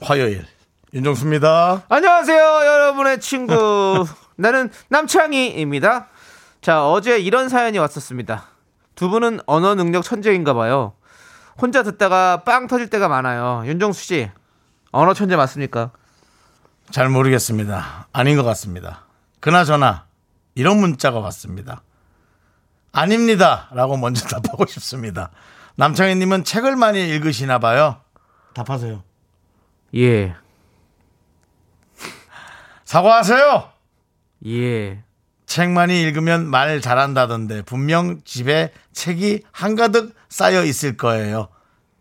화요일 윤정수입니다. 안녕하세요, 여러분의 친구. 나는 남창희입니다. 자, 어제 이런 사연이 왔었습니다. 두 분은 언어 능력 천재인가 봐요. 혼자 듣다가 빵 터질 때가 많아요. 윤정수 씨, 언어 천재 맞습니까? 잘 모르겠습니다. 아닌 것 같습니다. 그나저나 이런 문자가 왔습니다. 아닙니다라고 먼저 답하고 싶습니다. 남창희님은 책을 많이 읽으시나 봐요. 답하세요. 예, 사과하세요. 예. 책 많이 읽으면 말 잘한다던데 분명 집에 책이 한가득 쌓여 있을 거예요.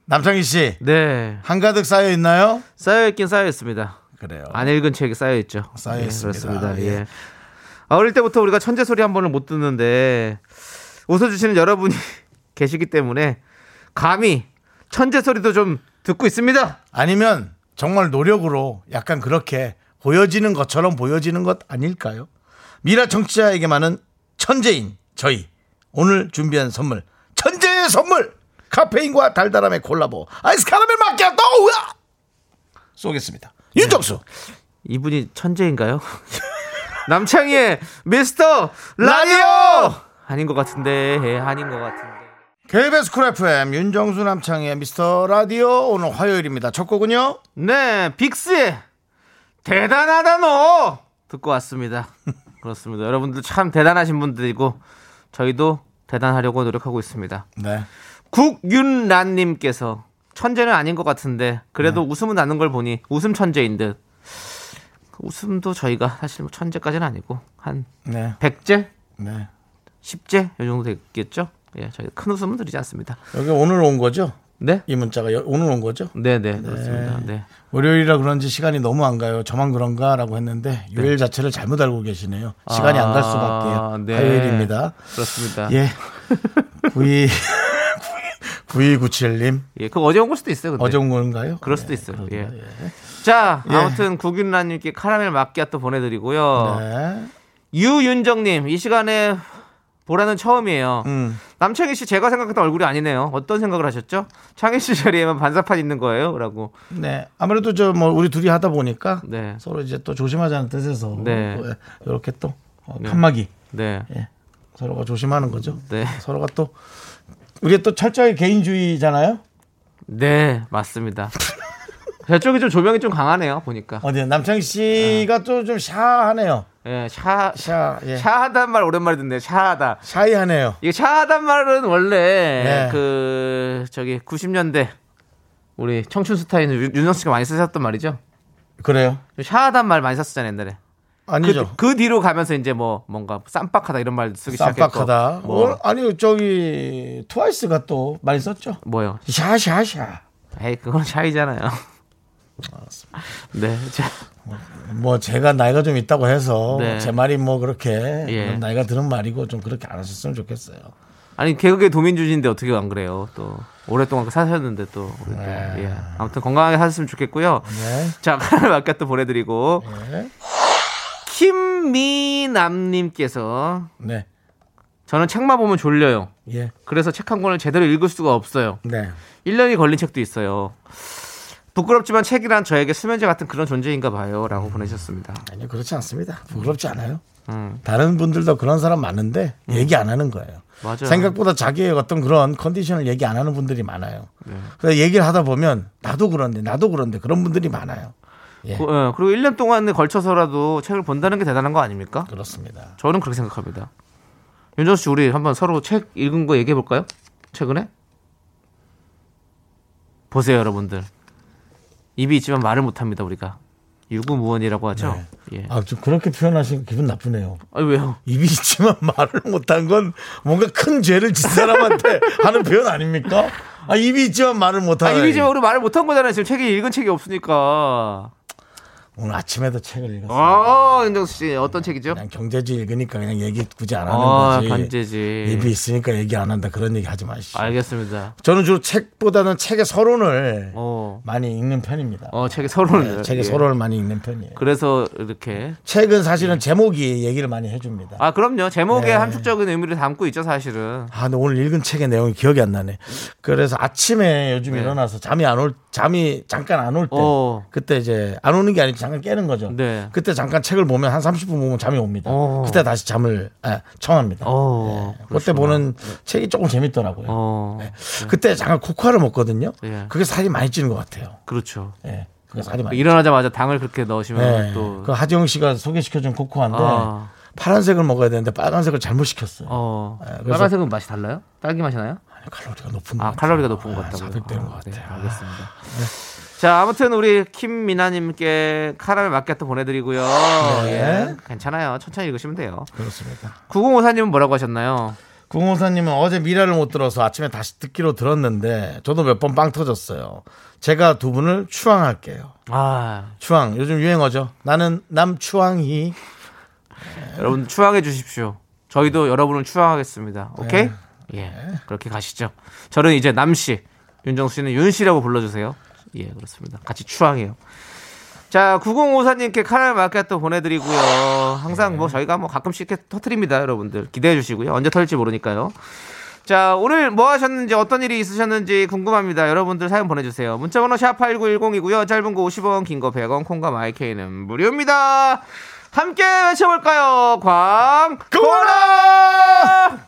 남창희 씨 네. 한가득 쌓여 있나요? 쌓여있긴 쌓여있습니다. 그래요. 안 읽은 책이 쌓여있죠. 쌓여있습니다. 그렇습니다. 예. 예. 아, 어릴 때부터 우리가 천재 소리 한 번을 못 듣는데 웃어주시는 여러분이 계시기 때문에 감히 천재 소리도 좀 듣고 있습니다. 아니면 정말 노력으로 약간 그렇게 보여지는 것처럼 보여지는 것 아닐까요? 미라 청취자에게만은 천재인 저희 오늘 준비한 선물 천재의 선물 카페인과 달달함의 콜라보 아이스 카라멜 마키아토 우와! 쏘겠습니다. 네. 윤정수 이분이 천재인가요? 남창희의 미스터 라디오! 라디오 아닌 것 같은데, 예, 아닌 것 같은데. KBS 쿨 FM 윤정수 남창의 미스터 라디오 오늘 화요일입니다. 첫 곡은요 네, 빅스의 대단하다 너 듣고 왔습니다. 그렇습니다. 여러분들 참 대단하신 분들이고 저희도 대단하려고 노력하고 있습니다. 네 국윤란님께서 천재는 아닌 것 같은데 그래도 웃음은 나는 걸 보니 웃음 천재인 듯. 웃음도 저희가 사실 뭐 천재까지는 아니고 한 네, 100제, 네. 10제 이 정도 되겠죠. 예, 저희 큰 웃음은 드리지 않습니다. 여기 오늘 온 거죠? 네, 이 문자가 여- 오늘 온 거죠? 네, 네, 그렇습니다. 네. 월요일이라 그런지 시간이 너무 안 가요. 저만 그런가라고 했는데 요일 자체를 잘못 알고 계시네요. 시간이 안 갈 수밖에요. 네. 화요일입니다. 그렇습니다. 예. 92 9297님 예, 그거 어제 온 걸 수도 있어요. 근데. 어제 온 건가요? 그럴 수도 있어요. 예. 자, 아무튼 구균라님께 카라멜 마끼아또 보내드리고요. 네. 유윤정님, 이 시간에 보라는 처음이에요. 음. 남창희 씨, 제가 생각했던 얼굴이 아니네요. 어떤 생각을 하셨죠? 창희 씨 자리에만 반사판 있는 거예요? 라고. 네. 아무래도 저 뭐 우리 둘이 하다 보니까 네. 서로 이제 또 조심하자는 뜻에서 네. 또 이렇게 또 어, 판막이 네. 예. 서로가 조심하는 거죠. 네. 서로가 또 우리 또 철저히 개인주의잖아요. 네, 맞습니다. 저쪽이 좀 조명이 좀 강하네요, 보니까. 어디 남창희 씨가 또 좀 샤하네요. 예, 샤, 샤, 예. 샤하단 말 오랜만에 듣네요. 샤하다. 샤이하네요. 이게 샤하단 말은 원래 네. 그 저기 90년대 우리 청춘 스타인 윤- 윤정 씨가 많이 쓰셨던 말이죠. 그래요? 좀 샤하단 말 많이 썼었잖아요 옛날에. 그, 아니죠. 그 뒤로 가면서 이제 뭐 뭔가 쌈박하다 이런 말 쓰기 시작했고. 쌈박하다. 뭐 어, 아니 저기 트와이스가 또 많이 썼죠. 뭐요? 샤샤샤. 에이 그건 샤이잖아요. 네, 자, 뭐 제가 나이가 좀 있다고 해서 네. 제 말이 뭐 그렇게 예. 나이가 드는 말이고 좀 그렇게 안 하셨으면 좋겠어요. 아니 개그계 도민주신데 어떻게 안 그래요? 또 오랫동안 그 사셨는데 또, 우리 또 네. 예. 아무튼 건강하게 사셨으면 좋겠고요. 네. 자, 카라멜 마켓도 보내드리고 네. 김미남님께서 네. 저는 책만 보면 졸려요. 예. 그래서 책 한 권을 제대로 읽을 수가 없어요. 네. 1년이 걸린 책도 있어요. 부끄럽지만 책이란 저에게 수면제 같은 그런 존재인가 봐요. 라고 보내셨습니다. 아니요 그렇지 않습니다. 부끄럽지 않아요. 음. 다른 분들도 그런 사람 많은데 얘기 안 하는 거예요. 맞아요. 생각보다 자기의 어떤 그런 컨디션을 얘기 안 하는 분들이 많아요. 네. 그래서 얘기를 하다 보면 나도 그런데 나도 그런데 그런 분들이 많아요. 예. 그, 예, 그리고 1년 동안에 걸쳐서라도 책을 본다는 게 대단한 거 아닙니까? 그렇습니다. 저는 그렇게 생각합니다. 윤정수 씨, 우리 한번 서로 책 읽은 거 얘기해 볼까요? 최근에? 보세요, 여러분들. 입이 있지만 말을 못 합니다, 우리가. 유구무원이라고 하죠? 예. 아, 좀 그렇게 표현하시면 기분 나쁘네요. 아니, 왜요? 입이 있지만 말을 못한 건 뭔가 큰 죄를 짓 사람한테 하는 표현 아닙니까? 아, 입이 있지만 말을 아, 못하는. 이미 지금 우리 말을 못한 거잖아요. 지금 책이 읽은 책이 없으니까. 오늘 아침에도 책을 읽었어. 아, 윤정수 씨 어떤 책이죠? 그냥 경제지 읽으니까 그냥 얘기 굳이 안 하는 아, 거지. 관제지. 입이 있으니까 얘기 안 한다 그런 얘기 하지 마시죠. 알겠습니다. 저는 주로 책보다는 책의 서론을 어, 많이 읽는 편입니다. 어 책의 서론을. 네, 책의 예. 서론을 많이 읽는 편이에요. 그래서 이렇게. 책은 사실은 제목이 얘기를 많이 해줍니다. 아, 그럼요. 제목에 네. 함축적인 의미를 담고 있죠, 사실은. 아, 근데 오늘 읽은 책의 내용이 기억이 안 나네. 그래서 아침에 요즘 네. 일어나서 잠이 안 올, 잠이 잠깐 안 올 때, 어. 그때 이제 안 오는 게 아니고 잠깐 깨는 거죠. 네. 그때 잠깐 책을 보면 한 30분 보면 잠이 옵니다. 어. 그때 다시 잠을 아, 청합니다. 어. 그때 보는 책이 조금 재밌더라고요. 어. 네. 그때 잠깐 코코아를 먹거든요. 예. 그게 살이 많이 찌는 것 같아요. 그렇죠. 예. 그게 살이 많이. 일어나자마자 당을 그렇게 넣으시면 네. 또. 그 하지영 씨가 소개시켜준 코코아인데 아. 파란색을 먹어야 되는데 빨간색을 잘못 시켰어요. 어. 네, 그래서- 빨간색은 맛이 달라요? 딸기 맛이 나요? 칼로리가 높은 것 아, 같아요. 칼로리가 높은 것 아, 같다고요. 자극되는 아, 것 네, 같아요. 네. 알겠습니다. 자, 아무튼 우리 김미나님께 카라멜 마켓도 보내드리고요. 네. 예, 괜찮아요. 천천히 읽으시면 돼요. 그렇습니다. 9054님은 뭐라고 하셨나요? 구공사님은 어제 미라를 못 들어서 아침에 다시 듣기로 들었는데 저도 몇 번 빵 터졌어요. 제가 두 분을 추앙할게요. 아, 추앙 요즘 유행어죠. 나는 남추앙이 여러분 추앙해 주십시오. 저희도 여러분을 추앙하겠습니다. 오케이? 예, 그렇게 가시죠. 저는 이제 남씨, 윤정수 씨는 윤씨라고 불러주세요. 예, 그렇습니다. 같이 추앙해요. 자, 9054님께 카라멜 마켓도 보내드리고요. 항상 뭐 저희가 뭐 가끔씩 이렇게 터트립니다, 여러분들. 기대해 주시고요. 언제 터질지 모르니까요. 자, 오늘 뭐 하셨는지 어떤 일이 있으셨는지 궁금합니다. 여러분들 사연 보내주세요. 문자번호 샵8910이고요. 짧은 거 50원, 긴 거 100원, 콩과 마이케이는 무료입니다. 함께 외쳐볼까요? 광, 고라!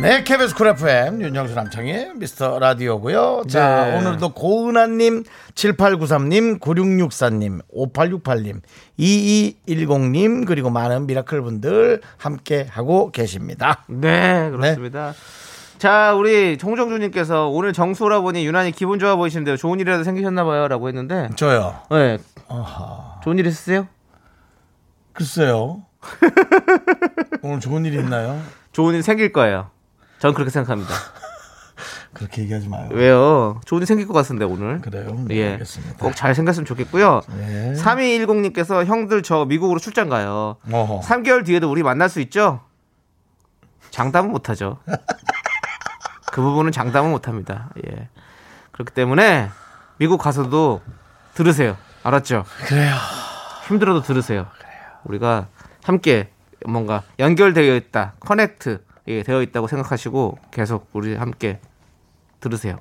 네, KBS 쿨 FM 윤정수 남창희의 미스터 라디오고요. 자, 네. 오늘도 고은아님, 7893님, 9664님, 5868님, 2210님 그리고 많은 미라클 분들 함께 하고 계십니다. 네, 그렇습니다. 자, 우리 홍정주님께서 오늘 정수라 보니 유난히 기분 좋아 보이시는데요. 좋은 일이라도 생기셨나봐요. 라고 했는데. 저요. 네. 좋은 일 있으세요? 글쎄요. 오늘 좋은 일 있나요? 좋은 일 생길 거예요. 전 그렇게 생각합니다. 그렇게 얘기하지 마요. 왜요? 좋은 일 생길 것 같은데, 오늘. 그래요? 네, 예. 알겠습니다. 꼭 잘 생겼으면 좋겠고요. 예. 3210님께서 형들 저 미국으로 출장 가요. 어허. 3개월 뒤에도 우리 만날 수 있죠? 장담은 못하죠. 그 부분은 장담은 못합니다. 예. 그렇기 때문에 미국 가서도 들으세요. 알았죠? 그래요. 힘들어도 들으세요. 우리가 함께 뭔가 연결되어 있다, 커넥트 예, 되어 있다고 생각하시고 계속 우리 함께 들으세요.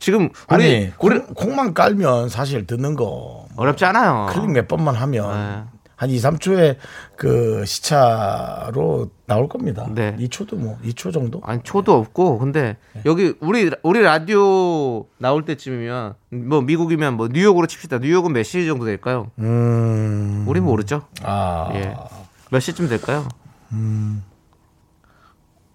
지금 우리 아니, 우리 콩만 깔면 사실 듣는 거 어렵지 않아요. 클릭 몇 번만 하면 네. 한 2, 3초의 그 시차로 나올 겁니다. 네. 2초도 뭐 2초 정도? 아니 초도 네. 없고 근데 여기 우리 우리 라디오 나올 때쯤이면 뭐 미국이면 뭐 뉴욕으로 칩시다. 뉴욕은 몇 시 정도 될까요? 음. 우리 모르죠. 아. 예. 몇 시쯤 될까요? 음.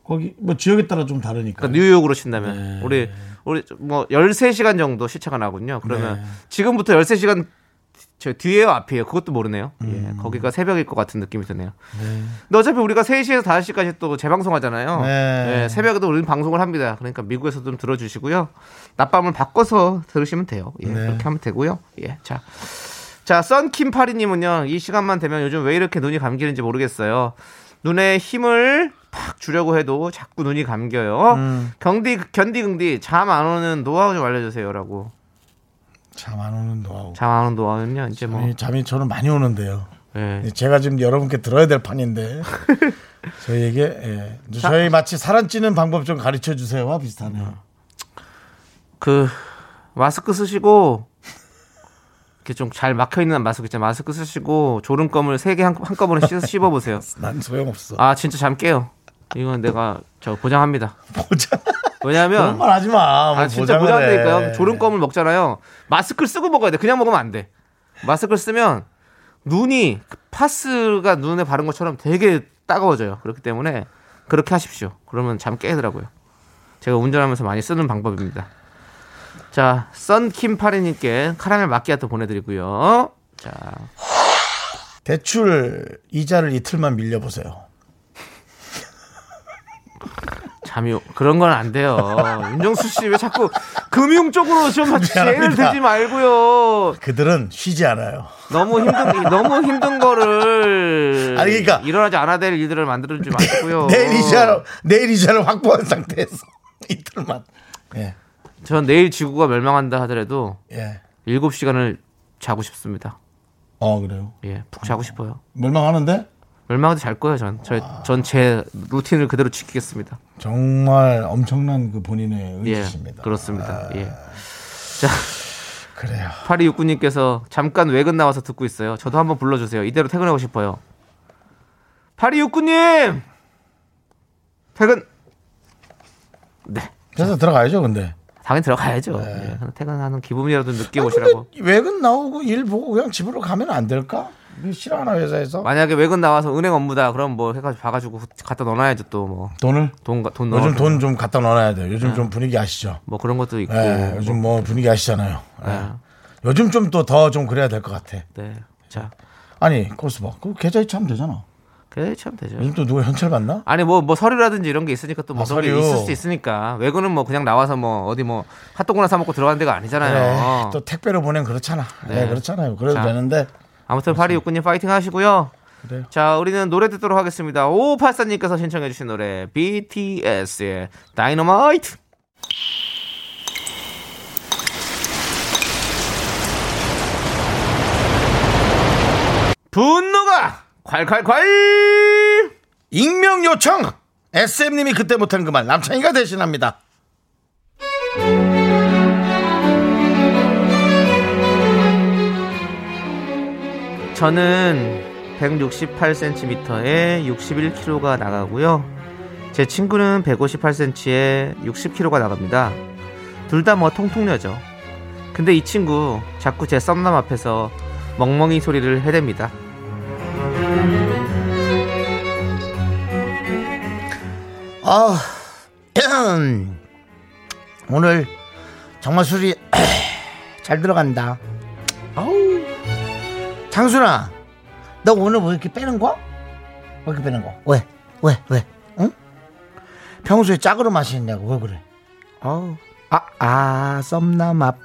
거기 뭐 지역에 따라 좀 네. 다르니까. 그러니까 뉴욕으로 친다면 우리 우리 뭐 13시간 정도 시차가 나군요. 그러면 네. 지금부터 13시간 저 뒤에요, 앞이에요. 그것도 모르네요. 음. 예. 거기가 새벽일 것 같은 느낌이 드네요. 근데 어차피 우리가 3시에서 5시까지 또 재방송하잖아요. 네. 예, 새벽에도 우리는 방송을 합니다. 그러니까 미국에서 좀 들어 주시고요. 낮밤을 바꿔서 들으시면 돼요. 예. 네. 그렇게 하면 되고요. 예. 자. 자, 썬킴파리님은요, 이 시간만 되면 요즘 왜 이렇게 눈이 감기는지 모르겠어요. 눈에 힘을 팍 주려고 해도 자꾸 눈이 감겨요. 어? 음. 경디, 견디, 긍디, 잠 안 오는 노하우 좀 알려주세요. 라고. 잠 안 오는 노하우. 잠 안 오는 노하우는요, 이제 뭐. 잠이, 잠이 저는 많이 오는데요. 예. 예, 제가 지금 여러분께 들어야 될 판인데 저희에게 예. 저희 마치 사람 찌는 방법 좀 가르쳐 주세요와 음. 비슷하네요. 그, 마스크 쓰시고, 이렇게 좀 잘 막혀 있는 마스크 있잖아요. 마스크 쓰시고 졸음껌을 세 개 한꺼번에 씹어 보세요. 난 소용없어. 아 진짜 잠 깨요. 이건 내가 저 보장합니다. 보자. 그런 왜냐하면 말 하지 마. 뭐 아 진짜 보장을 해. 보장되니까요. 졸음껌을 먹잖아요. 마스크를 쓰고 먹어야 돼. 그냥 먹으면 안 돼. 마스크를 쓰면 눈이 그 파스가 눈에 바른 것처럼 되게 따가워져요. 그렇기 때문에 그렇게 하십시오. 그러면 잠 깨더라고요. 제가 운전하면서 많이 쓰는 방법입니다. 자, 썬킴파리님께 카라멜 마끼아토 보내드리고요. 자, 대출 이자를 이틀만 밀려보세요. 잠이 오- 그런 건 안 돼요. 윤정수 씨 왜 자꾸 금융 쪽으로 좀 제를 미안합니다. 들지 말고요. 그들은 쉬지 않아요. 너무 힘든 너무 힘든 거를 아니, 그러니까. 일어나지 않아야 될 일들을 만들지 마시고요. 내일 이자를 내일 이자를 확보한 상태에서 이틀만. 예, 전 내일 지구가 멸망한다 하더라도 예. 7시간을 자고 싶습니다. 어 그래요. 예, 푹 자고 싶어요. 멸망하는데 멸망해도 잘 거예요, 전. 전 제 루틴을 그대로 지키겠습니다. 정말 엄청난 그 본인의 예. 의지십니다. 그렇습니다. 예. 그래요. 8269님께서 잠깐 외근 나와서 듣고 있어요. 저도 한번 불러주세요. 이대로 퇴근하고 싶어요. 8269님! 퇴근! 네. 그래서 들어가야죠, 근데. 당연히 들어가야죠. 네. 예, 퇴근하는 기분이라도 늦게 오시라고. 근데 외근 나오고 일 보고 그냥 집으로 가면 안 될까? 이거 싫어하나 회사에서? 만약에 외근 나와서 은행 업무다. 그럼 뭐 해가지고 봐가지고 갖다 넣어놔야죠 또 뭐. 돈을 돈, 가- 돈 넣어. 요즘 돈 좀 갖다 넣어놔야 돼요. 요즘 좀 분위기 아시죠? 뭐 그런 것도 있고. 예, 요즘 뭐 분위기 아시잖아요. 예. 예, 요즘 좀 또 더 좀 그래야 될 것 같아. 네. 자. 아니, 코스봐. 그 계좌 이체하면 되잖아. 그래, 참 되죠. 요즘 또 누가 현찰 받나? 아니 뭐 뭐 서류라든지 이런 게 있으니까 또뭐 아, 그런 게 서류. 있을 수도 있으니까 외근은 뭐 그냥 나와서 뭐 어디 뭐 핫도그나 사 먹고 들어간 데가 아니잖아요. 예, 또 택배로 보낸 그렇잖아. 네, 네. 그렇잖아요. 그래도 자. 되는데 아무튼 파리 육군님 파이팅 하시고요. 그래요. 자, 우리는 노래 듣도록 하겠습니다. 오팔사님께서 신청해주신 노래 BTS의 다이너마이트. 분노가 콸콸콸! 익명 요청. SM님이 그때 못한 그 말 남창이가 대신합니다. 저는 168cm에 61kg가 나가고요. 제 친구는 158cm에 60kg가 나갑니다. 둘 다 뭐 통통녀죠. 근데 이 친구 자꾸 제 썸남 앞에서 멍멍이 소리를 해댑니다. 아, 음. 오늘 정말 술이 잘 들어간다. 아우, 장순아, 너 오늘 왜 이렇게 빼는 거? 왜 이렇게 빼는 거? 왜? 왜? 왜? 응? 평소에 짝으로 마시느냐고 왜 그래? 어우, 아, 아, 썸남 앞.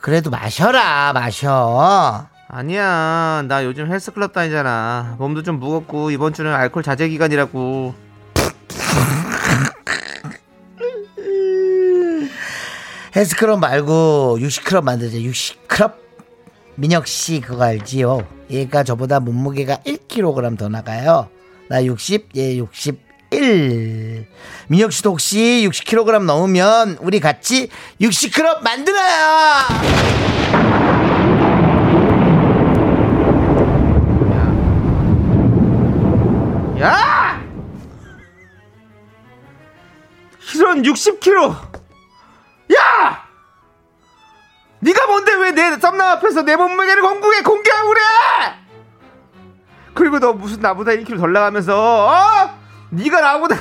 그래도 마셔라, 마셔. 아니야, 나 요즘 헬스클럽 다니잖아. 몸도 좀 무겁고 이번 주는 알코올 자제 기간이라고. 헬스클럽 말고 60클럽 만들자 60클럽 민혁씨 그거 알지요 얘가 저보다 몸무게가 1kg 더 나가요 나 60, 얘 61. 민혁 씨도 혹시 60kg 넘으면 우리 같이 60클럽 만들어요! 야! 이런 60kg! 야! 네가 뭔데 왜 내 썸남 앞에서 내 몸무게를 공개 공개하고 그래! 그리고 너 무슨 나보다 1kg 덜 나가면서 어? 네가 나보다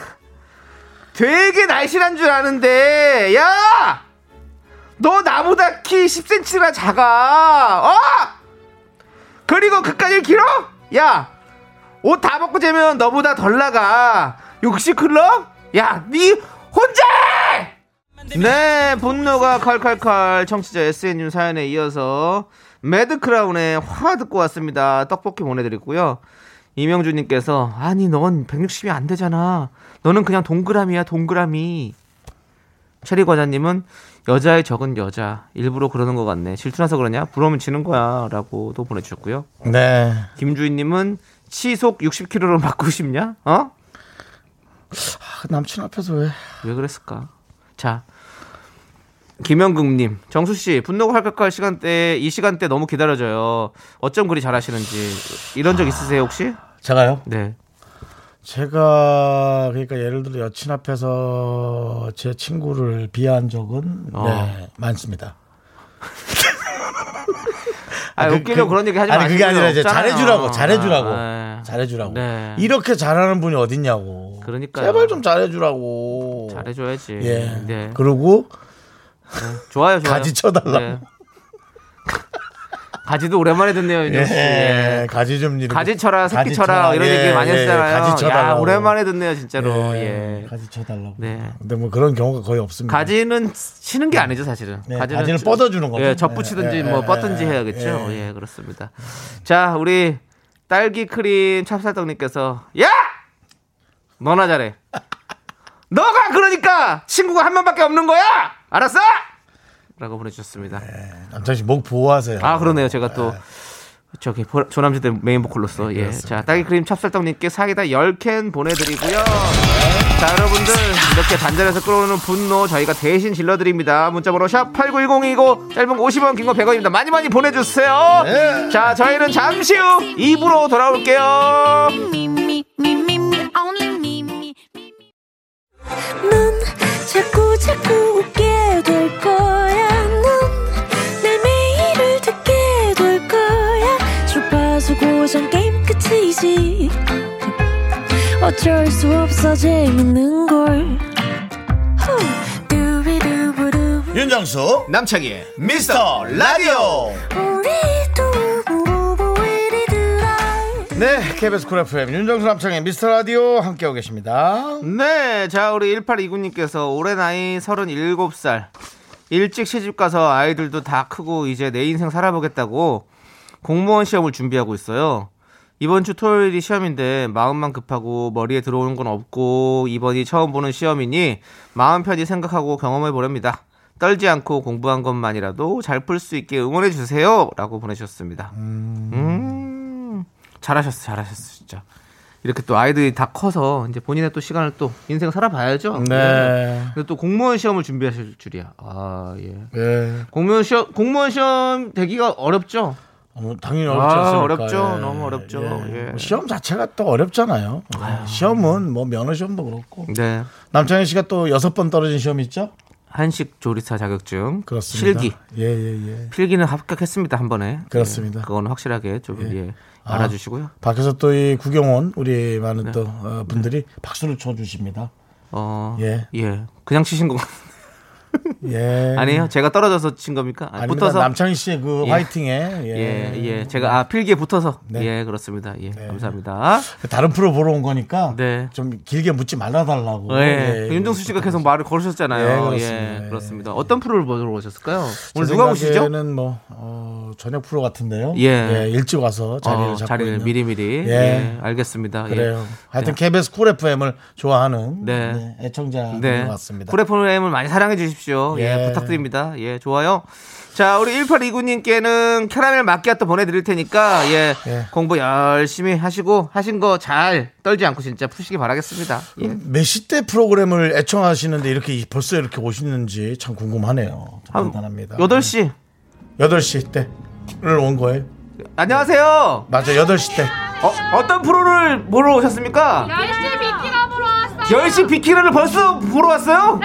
되게 날씬한 줄 아는데 야! 너 나보다 키 10cm나 작아 어? 그리고 그까지 길어? 야! 옷 다 벗고 재면 너보다 덜 나가. 60클럽? 야, 니 혼자! 해! 네, 분노가 칼칼칼 청취자 SNU 사연에 이어서 매드크라운의 화 듣고 왔습니다. 떡볶이 보내드리고요. 이명주님께서 아니 넌 160이 안 되잖아. 너는 그냥 동그라미야 동그라미. 체리 과자님은 여자의 적은 여자 일부러 그러는 것 같네. 질투나서 그러냐? 부러우면 지는 거야라고도 보내주셨고요. 네. 김주인님은 시속 60km로 맞고 싶냐? 어? 아, 그 남친 앞에서 왜. 왜 그랬을까? 자, 김영국님, 정수 씨 분노가 할까할 시간대 이 시간대 너무 기다려져요. 어쩜 그리 잘하시는지 이런 적 아. 있으세요 혹시? 제가요? 네. 제가 그러니까 예를 들어 여친 앞에서 제 친구를 비하한 적은 어. 네, 많습니다. 아, 웃기려 그, 런 얘기 하지 마시고. 아니 그게 아니라 이제 잘해주라고 잘해주라고 잘해주라고 네. 이렇게 잘하는 분이 어딨냐고. 그러니까요. 제발 좀 잘해주라고. 잘해줘야지. 예. 네. 그리고 좋아요, 좋아요. 가지 쳐달라고. 가지도 오랜만에 듣네요, 윤정 씨. 예, 가지 좀 이렇게 가지 쳐라, 새끼 가지 쳐라 이런 예, 얘기 많이 예, 예, 했잖아요. 가지 야, 쳐달라고. 오랜만에 듣네요, 진짜로. 예, 예. 가지 쳐달라고. 네. 근데 뭐 그런 경우가 거의 없습니다. 가지는 치는 게 아니죠 사실은. 네, 가지는 뻗어주는 거죠. 예, 접붙이든지 예, 뭐 예, 뻗든지 예, 해야겠죠. 예. 예. 그렇습니다. 자, 우리 딸기 크림 찹쌀떡님께서 야, 너나 잘해. 너가 그러니까 친구가 한 명밖에 없는 거야. 알았어? 라고 보내주셨습니다. 남창 씨목 보호하세요. 아 그러네요. 제가 또 저기 보- 조남지대 메인 보컬로서 네, 예. 자 딸기 크림 찹쌀떡님께 사이다 10캔 보내드리고요. 자 여러분들 이렇게 반전에서 끌어오는 분노 저희가 대신 질러드립니다. 문자번호 샵 8910이고 짧은 50원 긴 거 100원입니다. 많이 많이 보내주세요. 네. 자 저희는 잠시 후 2부로 돌아올게요. me, me, me, me, me, only me, me. 넌 자꾸 자꾸 웃게 될 거야. 넌내 매일을 듣게 될 거야. 주파수 고정 게임 끝이지. 어쩔 수 없어 재밌는 걸. 후. 두비두부두. 윤정수 남창희의 미스터 라디오. 우리 두부부부 우리 두라. 네, KBS 쿨 FM 윤정수 남창의 미스터 라디오 함께하고 계십니다. 네, 자 우리 1829님께서 올해 나이 37살 일찍 시집 가서 아이들도 다 크고 이제 내 인생 살아보겠다고 공무원 시험을 준비하고 있어요. 이번 주 토요일이 시험인데 마음만 급하고 머리에 들어오는 건 없고 이번이 처음 보는 시험이니 마음 편히 생각하고 경험해 보렵니다. 떨지 않고 공부한 것만이라도 잘 풀 수 있게 응원해 주세요라고 보내주셨습니다. 음, 잘하셨어, 잘하셨어, 진짜. 이렇게 또 아이들이 다 커서 이제 본인의 또 시간을 또 인생 살아봐야죠. 네. 근데 또 공무원 시험을 준비하실 줄이야. 아 예. 예. 공무원 시험 공무원 시험 되기가 어렵죠. 어머, 당연히 아, 어렵지 않습니까? 뭐 어렵죠. 너무 어렵죠. 예. 시험 자체가 또 어렵잖아요. 예. 시험은 뭐 면허 시험도 그렇고 네. 남창희 씨가 또 여섯 번 떨어진 시험 있죠? 한식 조리사 자격증. 그렇습니다. 실기. 예예 예, 예. 필기는 합격했습니다 한 번에. 그렇습니다. 예, 그건 확실하게 좀 예. 알아주시고요. 밖에서 또 이 구경온 우리 많은 네. 또 어, 분들이 박수를 쳐주십니다. 어. 예. 예. 그냥 치신 거 예. 아니에요? 제가 떨어져서 친 겁니까? 아, 아닙니다. 붙어서. 남창희 씨의 그 예. 화이팅에 예, 예. 예. 제가 아 필기에 붙어서. 네. 예, 그렇습니다. 예, 감사합니다. 그 다른 프로 보러 온 거니까 네. 좀 길게 묻지 말아달라고. 예. 윤정수 씨가 계속 말을 걸으셨잖아요. 예, 예, 네. 그렇습니다. 그렇습니다. 예. 어떤 프로를 보러 오셨을까요? 제 오늘 누가 오시죠? 생각에는 뭐 어, 저녁 프로 같은데요. 예. 일찍 와서 자리를 어, 잡고 자리를 있는. 미리 미리. 예. 예. 알겠습니다. 그래요. 예. 하여튼 KBS 쿨 FM을 좋아하는 네. 네, 애청자인 네. 것 같습니다. 쿨 프로그램을 많이 사랑해 주십시오. 예. 예. 부탁드립니다. 예, 좋아요. 자, 우리 1829님께는 캐러멜 마끼아또 보내드릴 테니까, 예, 예. 공부 열심히 하시고, 하신 거 잘 떨지 않고 진짜 푸시기 바라겠습니다. 예. 몇 시 때 프로그램을 애청하시는데 이렇게 벌써 이렇게 오시는지 참 궁금하네요. 참 한 대단합니다. 네. 8시. 8시 때를 온 거예요. 안녕하세요. 맞아, 8시 때. 어, 어떤 프로를 보러 오셨습니까? 10시 비키라 보러 왔어요. 10시 비키라를 벌써 보러 왔어요?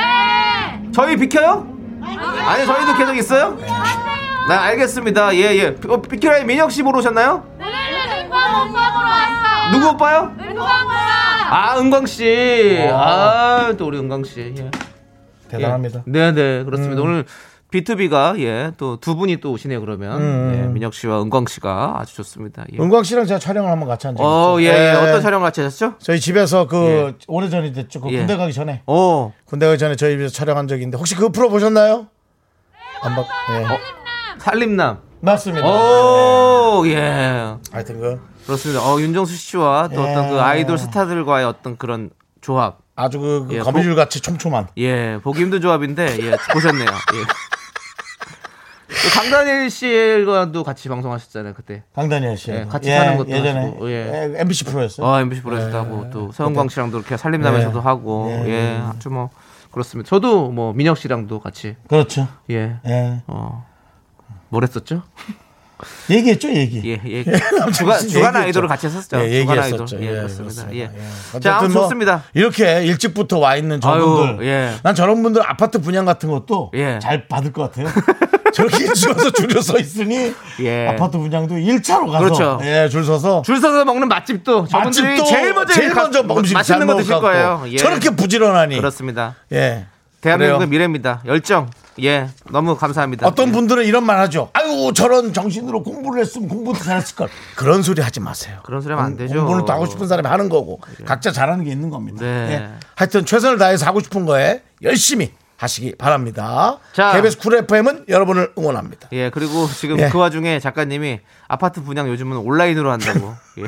저희 비켜요? 네! 아니, 저희도 계속 있어요? 네, 알겠습니다. 예, 예. 어, 비키라의 민혁 씨 보러 오셨나요? 오늘은 은광 오빠 보러 왔어. 누구 오빠요? 은광 오빠. 아 은광 씨, 아 또 우리 은광 씨, 예. 대단합니다. 음. 예. 네, 네, 그렇습니다. 오늘 B2B가 예, 또 두 분이 또 오시네요. 그러면 음, 예, 민혁 씨와 은광 씨가 아주 좋습니다. 예. 은광 씨랑 제가 촬영을 한번 같이 한 적이 어, 있어요. 예, 예. 어떤 촬영 같이 하셨죠? 저희 집에서 그 오래전이 됐죠. 그 예. 군대 가기 전에. 어, 군대 가기 전에 저희 집에서 촬영한 적이 있는데 혹시 그 프로 보셨나요? 안 봤. 예. 살림남. 맞습니다. 어. 오, 예, 하여튼 그 그렇습니다. 어, 윤정수 씨와 또 예. 어떤 그 아이돌 스타들과의 어떤 그런 조합, 아주 그, 그 예, 거미줄 같이 촘촘한. 예, 보기 힘든 조합인데 예, 보셨네요. 예. 그 강다일 씨와도 같이 방송하셨잖아요 그때. 강다니엘 씨. 예, 같이 사는 것도 예전에 하시고, 예. 예, MBC 프로였어요. 어, MBC 프로에서도 하고 또 서영광 씨랑도 이렇게 살림남에서도 예. 하고 예. 예, 아주 뭐 그렇습니다. 저도 뭐 민혁 씨랑도 같이 그렇죠. 예. 예. 어. 뭘 했었죠? 얘기했죠, 얘기. 예, 예. 남창희 씨 주간, 주간 얘기했죠. 아이돌을 같이 했었죠. 예, 주간 얘기했었죠. 아이돌. 예, 예, 그렇습니다. 그렇습니다. 예. 예. 자, 아무 어쨌든 뭐 좋습니다. 이렇게 일찍부터 와 있는 저분들. 아유, 예. 난 저런 분들 아파트 분양 같은 것도 예. 잘 받을 것 같아요. 저렇게 줄여서 줄여 서 있으니 예. 아파트 분양도 1차로 가서 그렇죠. 예, 줄 서서 줄 서서 먹는 맛집도 저분들이 맛집도 제일 먼저 가- 먹음식 잘 맛있는 거 먹을 드실 것 같고. 거예요. 예. 저렇게 부지런하니. 그렇습니다. 예. 대한민국의 그래요. 미래입니다. 열정. 예. 너무 감사합니다. 어떤 예. 분들은 이런 말 하죠. 아유, 저런 정신으로 공부를 했으면 공부도 잘했을 걸. 그런 소리 하지 마세요. 그런 소리 음, 하면 안 되죠. 예. 공부는 또 하고 싶은 사람이 하는 거고 각자 잘하는 게 있는 겁니다. 네. 예. 하여튼 최선을 다해서 하고 싶은 거에 열심히 하시기 바랍니다. 자. KBS 쿨 FM은 여러분을 응원합니다. 예, 그리고 지금 예. 그 와중에 작가님이 아파트 분양 요즘은 온라인으로 한다고. 예.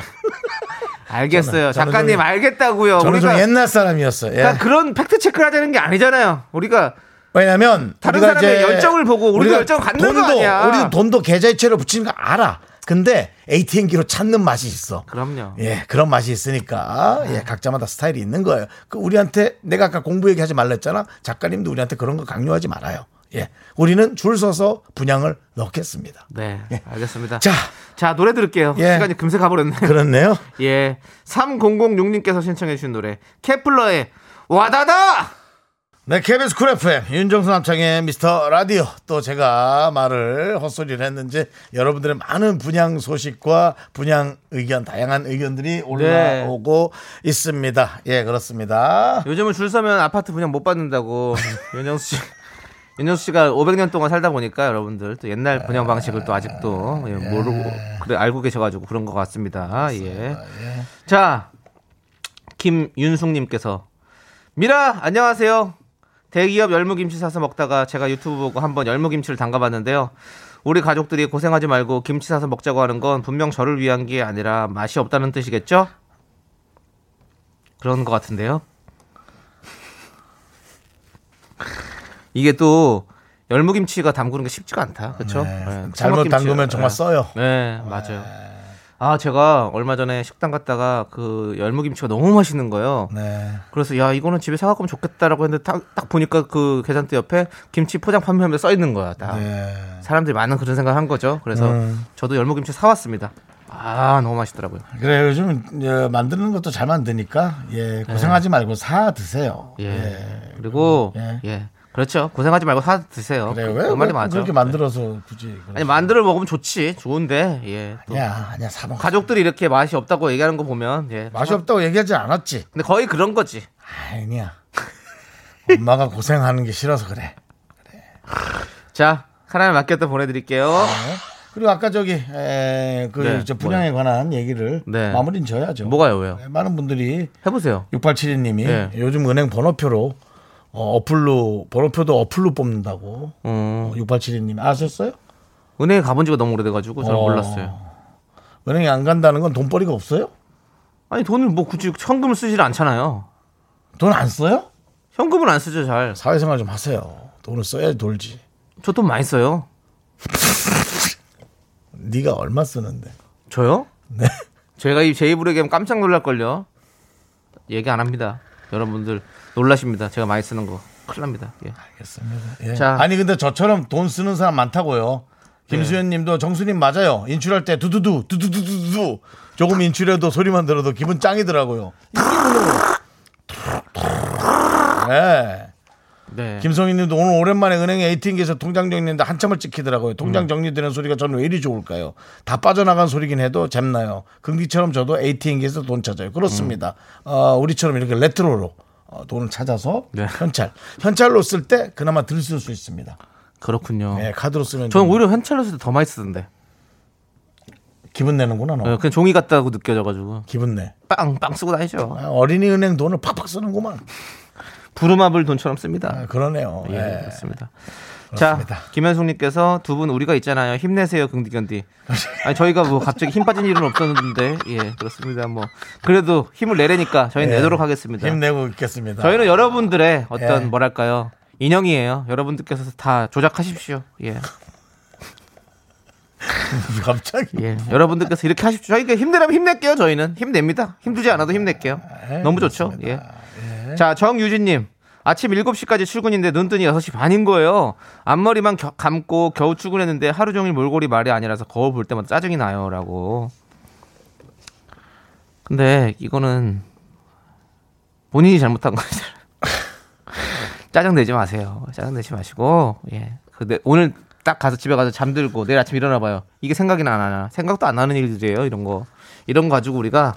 알겠어요. 저는- 저는 작가님 좀- 알겠다고요. 저는 우리가 좀 옛날 사람이었어요. 예. 그러니까 그런 팩트 체크를 하자는 게 아니잖아요. 우리가 왜냐면 다른 우리가 사람의 이제 열정을 보고 우리도 우리가 열정 갖는 거 돈도, 아니야. 우리 돈도 계좌이체로 붙이는 거 알아. 근데 ATM기로 찾는 맛이 있어. 그럼요. 예, 그런 맛이 있으니까 예, 각자마다 스타일이 있는 거예요. 그 우리한테 내가 아까 공부 얘기하지 말랬잖아. 작가님도 우리한테 그런 거 강요하지 말아요. 예, 우리는 줄 서서 분양을 넣겠습니다. 네, 예. 알겠습니다. 자. 자, 노래 들을게요. 예. 시간이 금세 가버렸네. 그렇네요. 예. 3006님께서 신청해주신 노래. 케플러의 와다다! 네, KBS 쿨 FM 윤정수 남창의 미스터 라디오 또 제가 말을 헛소리를 했는지 여러분들의 많은 분양 소식과 분양 의견 다양한 의견들이 올라오고 있습니다. 예, 그렇습니다. 요즘은 줄 서면 아파트 분양 못 받는다고. 윤영수 씨. 윤영수 씨가 500년 동안 살다 보니까 여러분들 또 옛날 분양 방식을 또 아직도 예, 모르고, 그래, 알고 계셔가지고 그런 것 같습니다. 예. 자, 김윤숙님께서 미라 안녕하세요. 대기업 열무김치 사서 먹다가 제가 유튜브 보고 한번 열무김치를 담가봤는데요. 우리 가족들이 고생하지 말고 김치 사서 먹자고 하는 건 분명 저를 위한 게 아니라 맛이 없다는 뜻이겠죠? 그런 것 같은데요. 이게 또 열무김치가 담그는 게 쉽지가 않다. 그렇죠? 네, 잘못 담그면 정말 써요. 네, 맞아요. 아, 제가 얼마 전에 식당 갔다가 그 열무김치가 너무 맛있는 거예요. 네. 그래서 야, 이거는 집에 사갖고 오면 좋겠다라고 했는데 딱, 딱 보니까 그 계산대 옆에 김치 포장 판매함에 써 있는 거야. 딱. 네. 사람들이 많은 그런 생각을 한 거죠. 그래서 저도 열무김치 사왔습니다. 아, 너무 맛있더라고요. 그래 요즘 이제 만드는 것도 잘 만드니까 예, 고생하지 말고 사 드세요. 예. 예. 그리고 예. 예. 그렇죠. 고생하지 말고 사 드세요. 그래 그 왜, 말이 왜 맞아. 그렇게 만들어서 굳이 아니 만들어 먹으면 좋지. 좋은데. 예. 또 야 아니야 사 먹. 가족들이 이렇게 맛이 없다고 얘기하는 거 보면 예. 맛이 없다고 얘기하지 않았지. 근데 거의 그런 거지. 아니야. 엄마가 고생하는 게 싫어서 그래. 자, 하나에 맡겼다 보내드릴게요. 네. 그리고 아까 저기 에, 그 네, 저 분양에 관한 얘기를 네. 마무리는 져야죠. 뭐가요, 왜요? 네, 많은 분들이 해보세요. 6872님이 네. 요즘 은행 번호표로 어, 플로 번호표도 어플로 뽑는다고 어, 6872님 아셨어요? 은행에 가본 지가 너무 오래돼가지고 잘 어. 몰랐어요. 은행에 안 간다는 건 돈벌이가 없어요? 아니 돈을 뭐 굳이 현금을 쓰질 않잖아요. 돈 안 써요? 현금을 안 쓰죠 잘. 사회생활 좀 하세요. 돈을 써야지 돌지. 저 돈 많이 써요. 네가 얼마 쓰는데? 저요? 네. 제가 이 제 입으로 얘기하면 깜짝 놀랄걸요. 얘기 안 합니다. 여러분들 놀라십니다. 제가 많이 쓰는 거. 큰일 납니다. 예. 알겠습니다. 예. 자. 예. 아니 근데 저처럼 돈 쓰는 사람 많다고요. 김수현님도 정수님 맞아요. 인출할 때 두두두 두두두두두 조금 인출해도 소리만 들어도 기분 짱이더라고요. 네. 네. 김성희님도 오늘 오랜만에 은행에 ATM기에서 통장 정리했는데 한참을 찍히더라고요. 음. 통장 정리되는 소리가 저는 왜 이리 좋을까요? 다 빠져나간 소리긴 해도 잼나요. 금기처럼 저도 ATM기에서 돈 찾아요. 그렇습니다. 어, 우리처럼 이렇게 레트로로 어, 돈을 찾아서 음. 네. 현찰, 현찰로 쓸 때 그나마 덜 쓸 수 있습니다. 그렇군요. 예, 카드로 쓰면 저는 좀 오히려 현찰로 쓸 때 더 많이 쓰던데. 기분 내는구나 너. 예, 그냥 종이 같다고 느껴져가지고 기분 내. 빵빵 쓰고 다니죠. 아, 어린이 은행 돈을 팍팍 쓰는구만. 부르마블 돈처럼 씁니다. 아, 그러네요. 예, 예. 그렇습니다. 그렇습니다. 자, 김현숙님께서 두 분 우리가 있잖아요. 힘내세요, 긍디견디. 아니, 저희가 뭐 갑자기 힘 빠진 일은 없었는데, 예, 그렇습니다. 뭐 그래도 힘을 내려니까 저희는 예. 내도록 하겠습니다. 힘내고 있겠습니다. 저희는 여러분들의 어떤 예. 뭐랄까요 인형이에요. 여러분들께서 다 조작하십시오. 예, 갑자기 예. 여러분들께서 이렇게 하십시오. 저희가 그러니까 힘내라면 힘낼게요. 예. 저희는 힘냅니다. 힘들지 않아도 힘낼게요. 너무 좋죠. 예. 자, 정유진님. 아침 7시까지 출근인데 눈뜨니 6시 반인 거예요. 앞머리만 겨- 감고 겨우 출근했는데 하루 종일 몰골이 말이 아니라서 거울 볼 때마다 짜증이 나요라고. 근데 이거는 본인이 잘못한 거잖아요. 짜증 내지 마세요. 짜증 내지 마시고 예. 근데 오늘 딱 가서 집에 가서 잠들고 내일 아침 일어나 봐요. 이게 생각이 안 나나? 생각도 안 나는 일들이에요. 이런 거 이런 거 가지고 우리가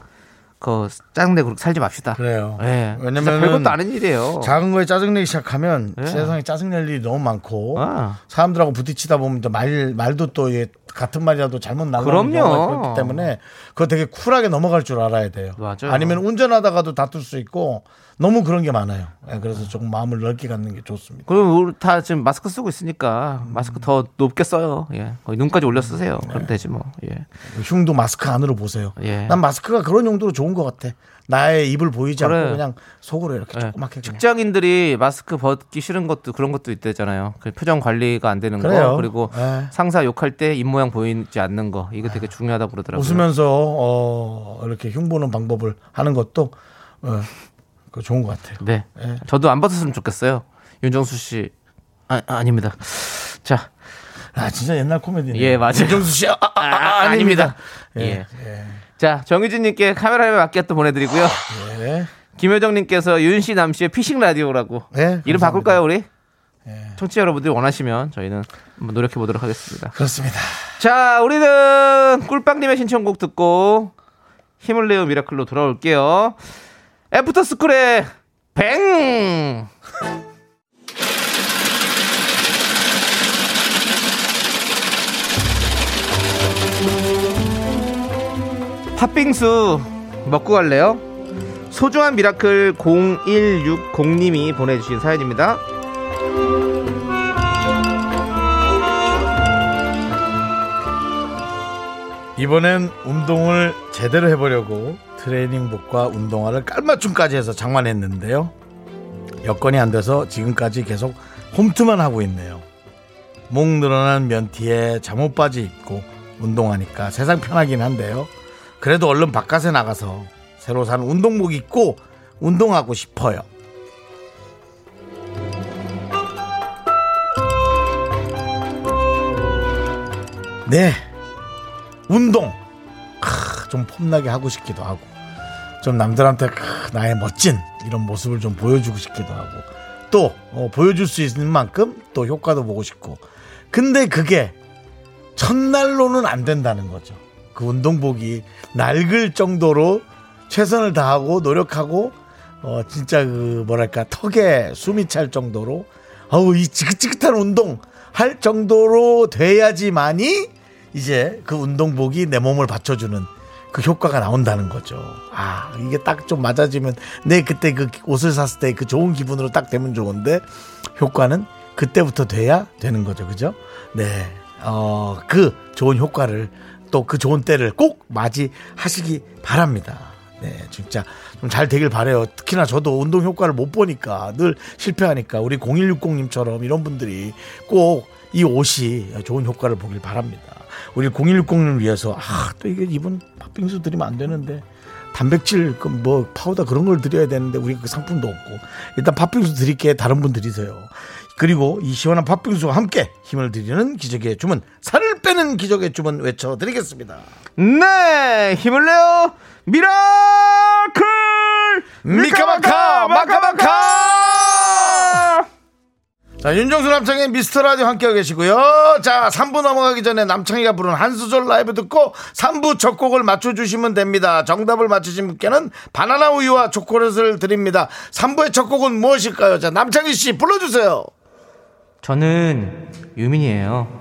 그 짜증 내고 그렇게 살지 맙시다. 그래요. 예. 어. 왜냐면은 왜냐면 별것도 아닌 일이에요. 작은 거에 짜증내기 시작하면 어. 예. 세상에 짜증낼 일이 너무 많고 아. 사람들하고 부딪히다 보면 또 말, 말도 또 이게 같은 말이라도 잘못 나가는 그럼요. 경우가 있기 때문에 그거 되게 쿨하게 넘어갈 줄 알아야 돼요. 맞아요. 니면 운전하다가도 다툴 수 있고 너무 그런 게 많아요. 예, 그래서 조금 마음을 넓게 갖는 게 좋습니다. 그럼 우리 다 지금 마스크 쓰고 있으니까 마스크 더 높게 써요. 예. 거의 눈까지 올려 쓰세요. 네. 그럼 되지 뭐. 예. 흉도 마스크 안으로 보세요. 예. 난 마스크가 그런 용도로 좋은 것 같아. 나의 입을 보이지 그래요. 않고 그냥 속으로 이렇게 예. 조그맣게 그냥. 직장인들이 마스크 벗기 싫은 것도 그런 것도 있대잖아요. 그 표정 관리가 안 되는 그래요. 거 그리고 예. 상사 욕할 때 입 모양 보이지 않는 거 이거 되게 중요하다고 그러더라고요. 웃으면서 어, 이렇게 흉보는 방법을 하는 것도 어, 그거 좋은 것 같아요. 네. 예. 저도 안 벗었으면 좋겠어요. 윤정수 씨. 아, 닙니다 자, 아 진짜 옛날 코미디네. 예, 맞아요. 윤정수 씨, 아, 아, 아, 아, 아닙니다. 예. 자, 정유진님께 카메라에 맞게 또 보내드리고요. 예. 김효정님께서 윤씨 남씨의 피싱 라디오라고 예, 이름 감사합니다. 예. 바꿀까요 우리? 청취자 여러분들이 원하시면 저희는 한번 노력해 보도록 하겠습니다. 그렇습니다. 자, 우리는 꿀빵님의 신청곡 듣고 힘을 내요 미라클로 돌아올게요. 애프터 스쿨의 뱅! 팥빙수 먹고 갈래요? 소중한 미라클 0160님이 보내주신 사연입니다. 이번엔 운동을 제대로 해보려고 트레이닝복과 운동화를 깔맞춤까지 해서 장만했는데요. 여건이 안 돼서 지금까지 계속 홈트만 하고 있네요. 목 늘어난 면티에 잠옷 바지 입고 운동하니까 세상 편하긴 한데요. 그래도 얼른 바깥에 나가서 새로 산 운동복 입고 운동하고 싶어요. 네, 운동 크, 좀 폼나게 하고 싶기도 하고 좀 남들한테 크, 나의 멋진 이런 모습을 좀 보여주고 싶기도 하고 또 어, 보여줄 수 있는 만큼 또 효과도 보고 싶고 근데 그게 첫날로는 안 된다는 거죠 그 운동복이 낡을 정도로 최선을 다하고 노력하고 어, 진짜 그 뭐랄까 턱에 숨이 찰 정도로 어우 이 지긋지긋한 운동 할 정도로 돼야지만이 이제 그 운동복이 내 몸을 받쳐주는 그 효과가 나온다는 거죠. 아 이게 딱 좀 맞아지면 내 그때 그 옷을 샀을 때 그 좋은 기분으로 딱 되면 좋은데 효과는 그때부터 돼야 되는 거죠, 그죠? 네, 어그 좋은 효과를 또 그 좋은 때를 꼭 맞이하시기 바랍니다. 네, 진짜 좀 잘 되길 바래요. 특히나 저도 운동 효과를 못 보니까 늘 실패하니까 우리 0160님처럼 이런 분들이 꼭 이 옷이 좋은 효과를 보길 바랍니다. 우리 0160님 위해서 아, 또 이게 이분 팥빙수 드리면 안 되는데 단백질 그 뭐 파우더 그런 걸 드려야 되는데 우리 그 상품도 없고 일단 팥빙수 드릴게 다른 분 드리세요. 그리고 이 시원한 팥빙수와 함께 힘을 드리는 기적의 주문 살을 빼는 기적의 주문 외쳐드리겠습니다. 네 힘을 내요 미라클 미카마카 마카마카 자 윤정수 남창의 미스터라디오 함께하고 계시고요 자 3부 넘어가기 전에 남창희가 부른 한 수절 라이브 듣고 3부 첫 곡을 맞춰주시면 됩니다 정답을 맞추신 분께는 바나나 우유와 초콜릿을 드립니다 3부의 첫 곡은 무엇일까요 자 남창희씨 불러주세요 저는 유민이에요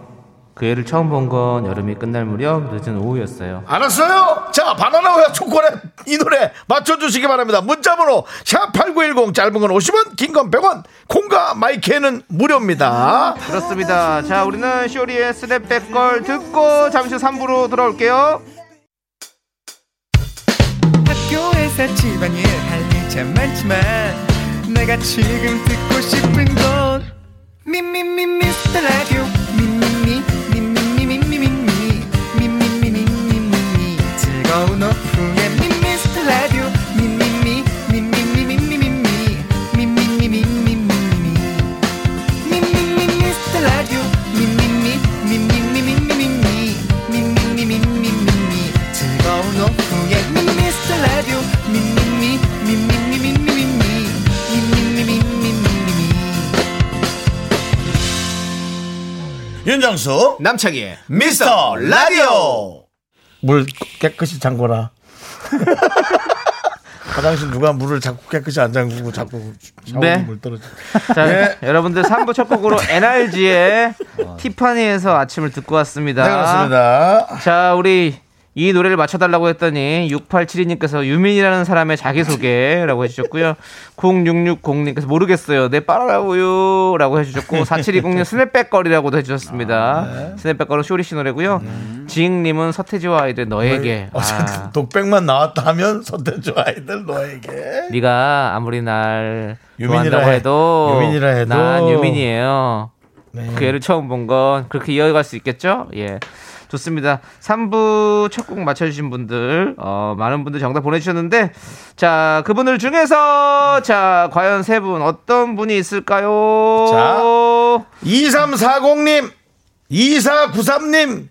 그 애를 처음 본 건 여름이 끝날 무렵 늦은 오후였어요 알았어요? 자, 바나나와 초콜릿 이 노래 맞춰주시기 바랍니다. 문자번호 샵8910 짧은 건 50원, 긴 건 100원, 콩과 마이크는 무료입니다. 그렇습니다 자 우리는 쇼리의 스냅백걸 듣고 잠시 후 3부로 돌아올게요 학교에서 집안일 할 일 참 많지만 내가 지금 듣고 싶은 건 미미미 미스터 라디오 미미미 미미미 미미미 미미미 미미미 즐거운 오후에 미스터 라디오 미미미 미미미 미미미 미미미 미미미 윤정수 남창희의 미스터 라디오 물 깨끗이 잠궈라. 화장실 누가 물을 자꾸 깨끗이 안 잠그고 자꾸 샤워기 네. 물 네, 떨어져. 자, 여러분들 3부 첫 곡으로 NRG의 티파니에서 아침을 듣고 왔습니다. 네, 그렇습니다. 자, 우리 이 노래를 맞춰달라고 했더니 6872님께서 유민이라는 사람의 자기소개라고 해주셨고요. 0660님께서 모르겠어요. 내 빨아라고요. 라고 해주셨고, 4720님 스냅백걸이라고도 해주셨습니다. 스냅백걸은 쇼리씨 노래고요. 지익님은 서태지와 아이들 너에게. 어쨌든 아, 독백만 나왔다 하면 선대주 아이들 너에게. 네가 아무리 날 유민이라 좋아한다고 해. 해도, 유민이라 해도. 난 유민이에요. 네. 그 애를 처음 본 건 그렇게 이어갈 수 있겠죠? 예. 좋습니다. 3부 첫 곡 맞춰주신 분들, 어, 많은 분들 정답 보내주셨는데, 자, 그분들 중에서, 자, 과연 세 분, 어떤 분이 있을까요? 자. 2340님, 2493님,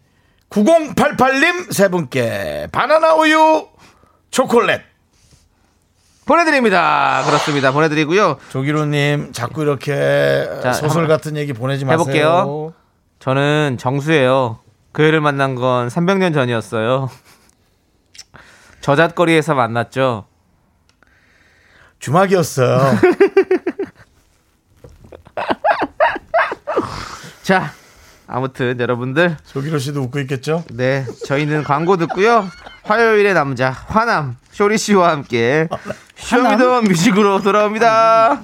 9088님 세 분께 바나나 우유 초콜릿. 보내드립니다. 그렇습니다. 보내드리고요. 조기로님 자꾸 이렇게 자, 소설 한번 같은 얘기 보내지 마세요. 해볼게요. 저는 정수예요. 그 애를 만난 건 300년 전이었어요. 저잣거리에서 만났죠. 주막이었어요. 자, 아무튼 여러분들, 조기로 씨도 웃고 있겠죠? 네, 저희는 광고 듣고요. 화요일의 남자 화남 쇼리 씨와 함께 쇼미더 뮤직으로 돌아옵니다.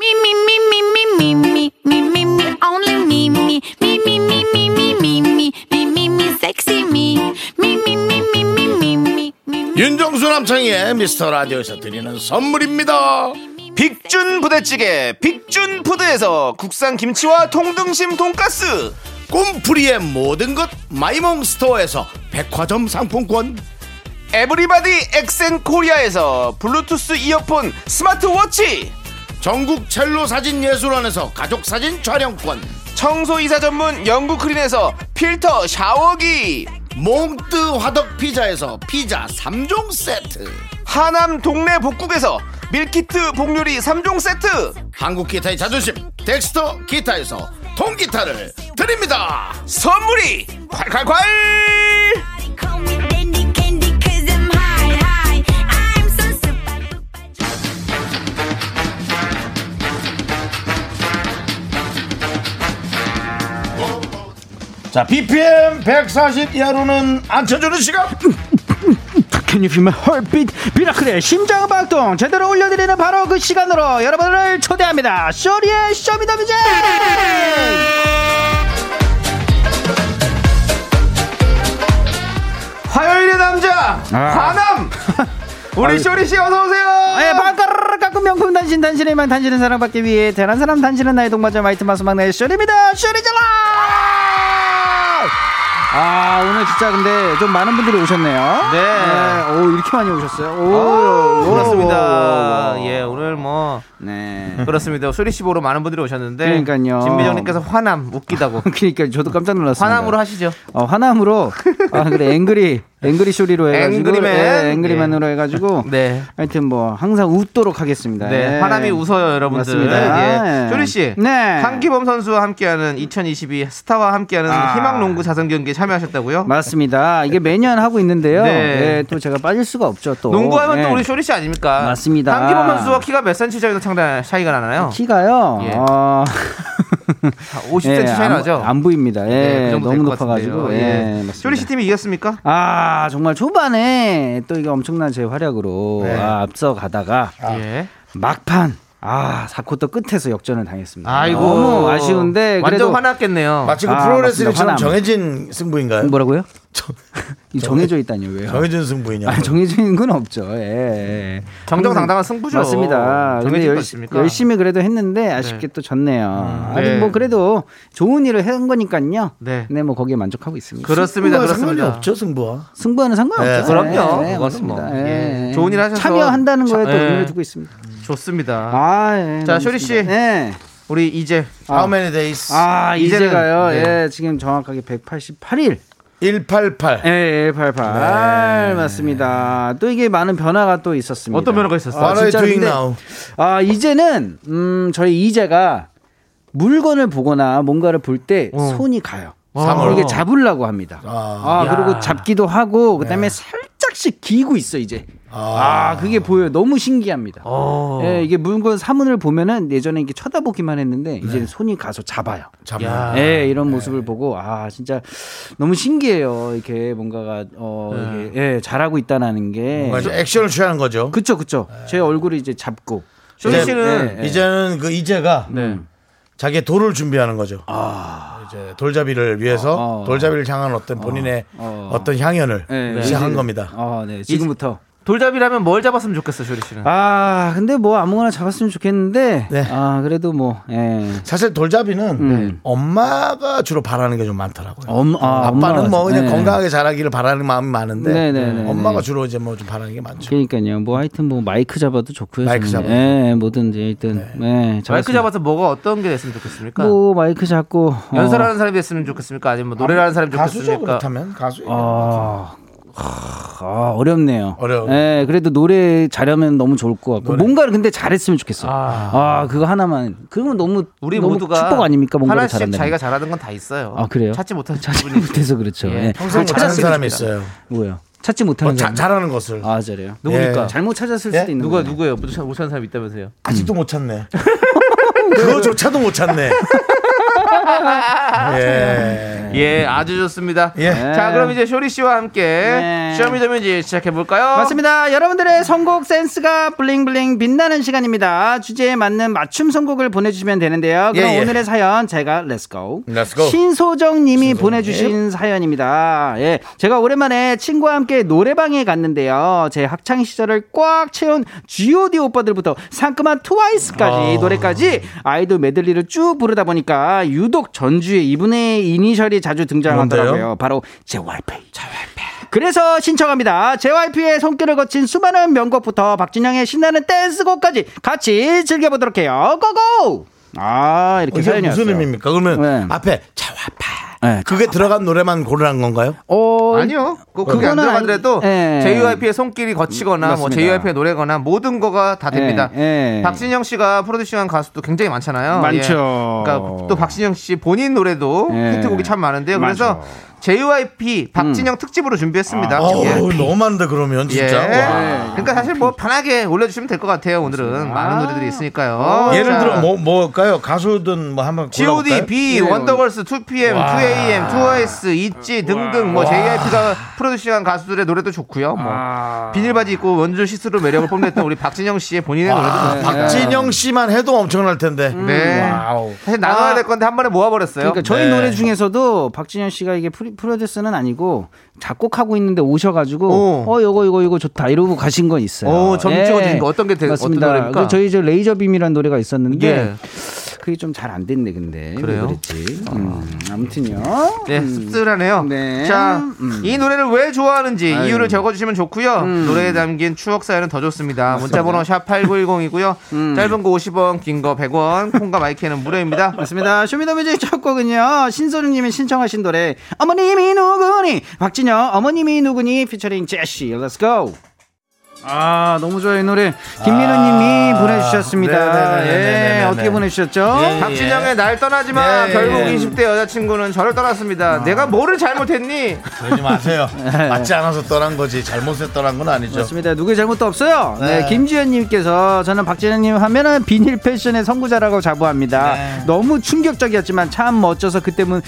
Me, me, me, me, me, me, me, me, me, me, only me, me, me, me, me, me, me, me, me, me, me, me, sexy me, me, me, me, me, me, me, me, me, me. 윤정수 남창희의 미스터 라디오에서 드리는 선물입니다 빅준 부대찌개 빅준 푸드에서 국산 김치와 통등심 돈가스 꿈풀이의 모든 것 마이몽 스토어에서 백화점 상품권 에브리바디 엑센 코리아에서 블루투스 이어폰 스마트워치 전국 첼로 사진 예술원에서 가족 사진 촬영권 청소이사 전문 영국 크린에서 필터 샤워기 몽뜨 화덕 피자에서 피자 3종 세트 하남 동네 복국에서 밀키트 복요리 3종 세트 한국 기타의 자존심 덱스터 기타에서 통기타를 드립니다 선물이 콸콸콸 Call me dandy candy 'cause I'm high, high. I'm so super duper. 자, BPM 140 이하로는 안 쳐주는 시간. Can you feel my heartbeat? 미라클의 심장박동 제대로 올려드리는 바로 그 시간으로 여러분을 초대합니다. 쇼리의 쇼미더뮤직! 화요일의 남자 아. 화남 우리 쇼리 씨 어서 오세요. 예, 반가르르 깎은 명품 단신, 단신의 만 단신은 사랑받기 위해 대단한 사람 단신은 나의 동반자 마이트 마스 막내의 쇼리입니다. 쇼리잖아! 아, 오늘 진짜 근데 좀 많은 분들이 오셨네요. 네. 오, 이렇게 많이 오셨어요. 오, 오. 그렇습니다. 예 오늘 뭐 네. 그렇습니다. 쇼리 씨 보러 많은 분들이 오셨는데 그러니까요. 진미정님께서 화남 웃기다고 그러니까 저도 깜짝 놀랐어요. 화남으로 하시죠. 어, 화남으로 아 그래 앵그리 앵그리 쇼리로 해가지고 앵그리맨. 예, 앵그리맨으로 해가지고 네. 하여튼 뭐 항상 웃도록 하겠습니다. 네, 예. 화남이 웃어요, 여러분들. 맞습니다. 예. 예. 쇼리 씨, 네. 한기범 선수와 함께하는 2022 스타와 함께하는 희망농구 자선 경기에 참여하셨다고요? 아. 맞습니다. 이게 매년 하고 있는데요. 네. 예, 또 제가 빠질 수가 없죠. 또 농구하면 예. 또 우리 쇼리 씨 아닙니까? 맞습니다. 한기범 선수와 키가 몇 cm 정도 차이가- 차이가 나나요? 키가요. 예. 어... 50cm 차이 안, 나죠? 안 보입니다. 예, 네, 그 정도 너무 될것 높아가지고. 같은데요. 예, 예. 맞습니다. 쇼리 씨 팀이 이겼습니까? 아 정말 초반에 또 이게 엄청난 제 활약으로 네. 아, 앞서가다가 예. 막판 아 사코터 끝에서 역전을 당했습니다. 아이고 너무 아쉬운데 완전 그래도 화났겠네요. 마치 그 아, 프로레슬링처럼 맞습니다. 화남. 정해진 승부인가요? 뭐라고요? 이 정해져 있다니요 왜요? 정해진 승부이냐? 아, 정해져 있는 건 없죠. 예. 정정당당한 승부죠. 맞습니다. 근데 정해진 거 열- 있습니까? 열심히 그래도 했는데 아쉽게 또 졌네요. 아니 네. 뭐 그래도 좋은 일을 한 거니까요. 네. 네. 뭐 거기에 만족하고 있습니다. 그렇습니다. 상관이 그렇습니다. 없죠 승부와. 승부하는 상관없죠. 네, 그럼요. 그거는 뭐, 맞습니다. 예. 예. 좋은 일 하셔서 참여한다는 거에 또 참- 예. 의미를 두고 있습니다. 좋습니다. 아, 예, 자, 너무 쇼리 좋습니다. 씨. 네. 우리 이제 How many days? 아, 이제는- 이제가요. 네. 예, 지금 정확하게 188일 188. 예, 188. 맞습니다. 또 이게 많은 변화가 또 있었습니다. 아, 어떤 변화가 있었어요? What are you 진짜 doing 근데- now? 아, 이제는, 음, 저희 이제가 물건을 보거나 뭔가를 볼 때 손이 가요. 삼월. 이게 잡으려고 합니다. 아. 어. 아, 그리고 잡기도 하고 그다음에 살짝씩 기고 있어 이제. 아, 그게 보여요. 너무 신기합니다. 어. 예, 이게 물건 사문을 보면은 예전에 이게 쳐다보기만 했는데 이제 손이 가서 잡아요. 잠깐. 예, 이런 모습을 보고 아 진짜 너무 신기해요. 이렇게 뭔가가 어 이게 예, 잘하고 있다라는 게 뭔가 이제 액션을 취하는 거죠. 예. 그쵸 그쵸. 제 얼굴을 이제 잡고 쇼리 이제- 씨는 네. 이제는 그 이제가 네. 자기의 돌을 준비하는 거죠. 이제 돌잡이를 위해서 아. 어, 어. 돌잡이를 향한 어떤 본인의 어. 어. 떤 향연을 네. 시작한 이제- 겁니다. 아, 네. 지금부터 돌잡이라면 뭘 잡았으면 좋겠어, 쇼리 씨는. 아 근데 뭐 아무거나 잡았으면 좋겠는데 네. 아 그래도 뭐 예. 사실 돌잡이는 음. 엄마가 주로 바라는 게 좀 많더라고요. 엄- 아, 아빠는 뭐 엄마가- 그냥 네. 건강하게 자라기를 바라는 마음이 많은데 네네네. 엄마가 주로 이제 뭐 좀 바라는 게 많죠. 그러니까요. 뭐 하여튼 뭐 마이크 잡아도 좋고요. 마이크 저는. 잡아도. 예, 뭐든지 일단 예. 마이크 잡았으면- 잡아서 뭐가 어떤 게 됐으면 좋겠습니까? 뭐 마이크 잡고 어, 연설하는 사람이 됐으면 좋겠습니까? 아니면 뭐 노래를 하는 그 사람이 가수죠 좋겠습니까? 그렇다면 가수. 아, 아, 어렵네요. 어려워요. 예, 그래도 노래 잘하면 너무 좋을 것 같고 노래. 뭔가를 근데 잘했으면 좋겠어. 아, 그거 하나만. 그러면 너무 우리 너무 모두가 축복 아닙니까? 뭔가를 하나씩 잘한다. 자기가 잘하는 건 다 있어요. 아, 그래요? 찾지 못한 찾지 부분이 있어요. 못해서 그렇죠. 예. 예. 평생 그걸 못하는 찾았으면 뭐 사람이 좋겠다. 있어요. 뭐예요? 찾지 못하는 뭐 자- 사람. 잘하는 것을 아, 잘해요. 누굽니까? 예. 잘못 찾았을 예? 수도 있는 누가 거예요. 누구예요? 못 찾- 못 찾는 사람 있다면서요? 아직도 못 찾네. 그거조차도 못 찾네. 예. 예, 아주 좋습니다. 예. 자, 그럼 이제 쇼리 씨와 함께 네. 쇼미더뮤직 시작해 볼까요? 맞습니다. 여러분들의 선곡 센스가 블링블링 빛나는 시간입니다. 주제에 맞는 맞춤 선곡을 보내주시면 되는데요. 그럼 예, 예. 오늘의 사연 제가 렛츠고 Let's go. 신소정님이 보내주신 사연입니다. 예, 제가 오랜만에 친구와 함께 노래방에 갔는데요. 제 학창 시절을 꽉 채운 G.O.D 오빠들부터 상큼한 트와이스까지 노래까지 아이돌 메들리를 쭉 부르다 보니까 유독 전주에 이분의 이니셜이 자주 등장하더라고요. 뭔데요? 바로 JYP. 그래서 신청합니다. JYP의 손길을 거친 수많은 명곡부터 박진영의 신나는 댄스곡까지 같이 즐겨보도록 해요. 고고! 아, 이렇게 이게 사연이 무슨 왔어요. 의미입니까? 그러면 네. 앞에 자와파 네, 그게 들어간 노래만 고르란 건가요? 어, 아니요. 그 그게 안 그거는 들어가더라도 아니- 예. JYP의 손길이 거치거나 뭐 맞습니다. JYP의 노래거나 모든 거가 다 됩니다. 예, 예. 박진영 씨가 프로듀싱한 가수도 굉장히 많잖아요. 예. 많죠. 그러니까 또 박진영 씨 본인 노래도 예. 히트곡이 참 많은데요. 그래서 JYP 박진영 음. 특집으로 준비했습니다. 어우, 예. 너무 많은데 그러면 예. 아, 진짜. 와. 그러니까 사실 뭐 편하게 올려주시면 될 것 같아요. 오늘은 많은 노래들이 있으니까요. 예를 자, 들어 뭐 뭘까요? 가수든 뭐 한번 G.O.D, 골라볼까요? B, 원더걸스, 2PM, 2AM, 2OS, 있지 등등 뭐 JYP가 프로듀싱한 가수들의 노래도 좋고요. 뭐 비닐바지 입고 원조 시스루 매력을 뽐냈던 우리 박진영 씨의 본인의 노래도 좋습니다. 박진영 씨만 해도 엄청날 텐데. 네. 와우. 사실 나눠야 아. 될 건데 한 번에 모아버렸어요. 그러니까 저희 네. 노래 중에서도 박진영 씨가 이게 프리, 프로듀스는 아니고 작곡하고 있는데 오. 오셔가지고 어 이거 이거 이거 좋다 이러고 가신 건 있어요. 예. 오, 점 찍어주신 거 어떤 게 되- 어떤 맞습니다. 노래입니까? 그 저희 저 레이저 빔이라는 노래가 있었는데 예. 그게 좀 잘 안 됐네 근데 그래요? 왜 그랬지? 음, 아무튼요. 네, 씁쓸하네요. 네. 자, 음. 이 노래를 왜 좋아하는지 이유를 적어주시면 좋고요. 노래에 담긴 추억 사연은 더 좋습니다. 문자번호 샵 8910이고요. 짧은 거 50원, 긴 거 100원, 콩과 마이크는 무료입니다. 맞습니다. 쇼미더뮤직 첫 곡은요. 신소중님이 신청하신 노래 어머님이 누구니 박진영 어머님이 누구니 피처링 제시 Let's go. 아 너무 좋아요 이 노래 김민호님이 아, 보내주셨습니다. 네네네네네네. 예 어떻게 보내주셨죠? 예. 박진영의 날 떠나지 마. 네. 아. 결국 20대 여자친구는 저를 떠났습니다. 내가 뭐를 잘못했니? 그러지 마세요. 맞지 않아서 떠난 거지 잘못해서 떠난 건 아니죠. 맞습니다. 누구의 잘못도 없어요. 네, 네. 김지현님께서 저는 박진영님 하면은 비닐 패션의 선구자라고 자부합니다. 네. 너무 충격적이었지만 참 멋져서 그 때문에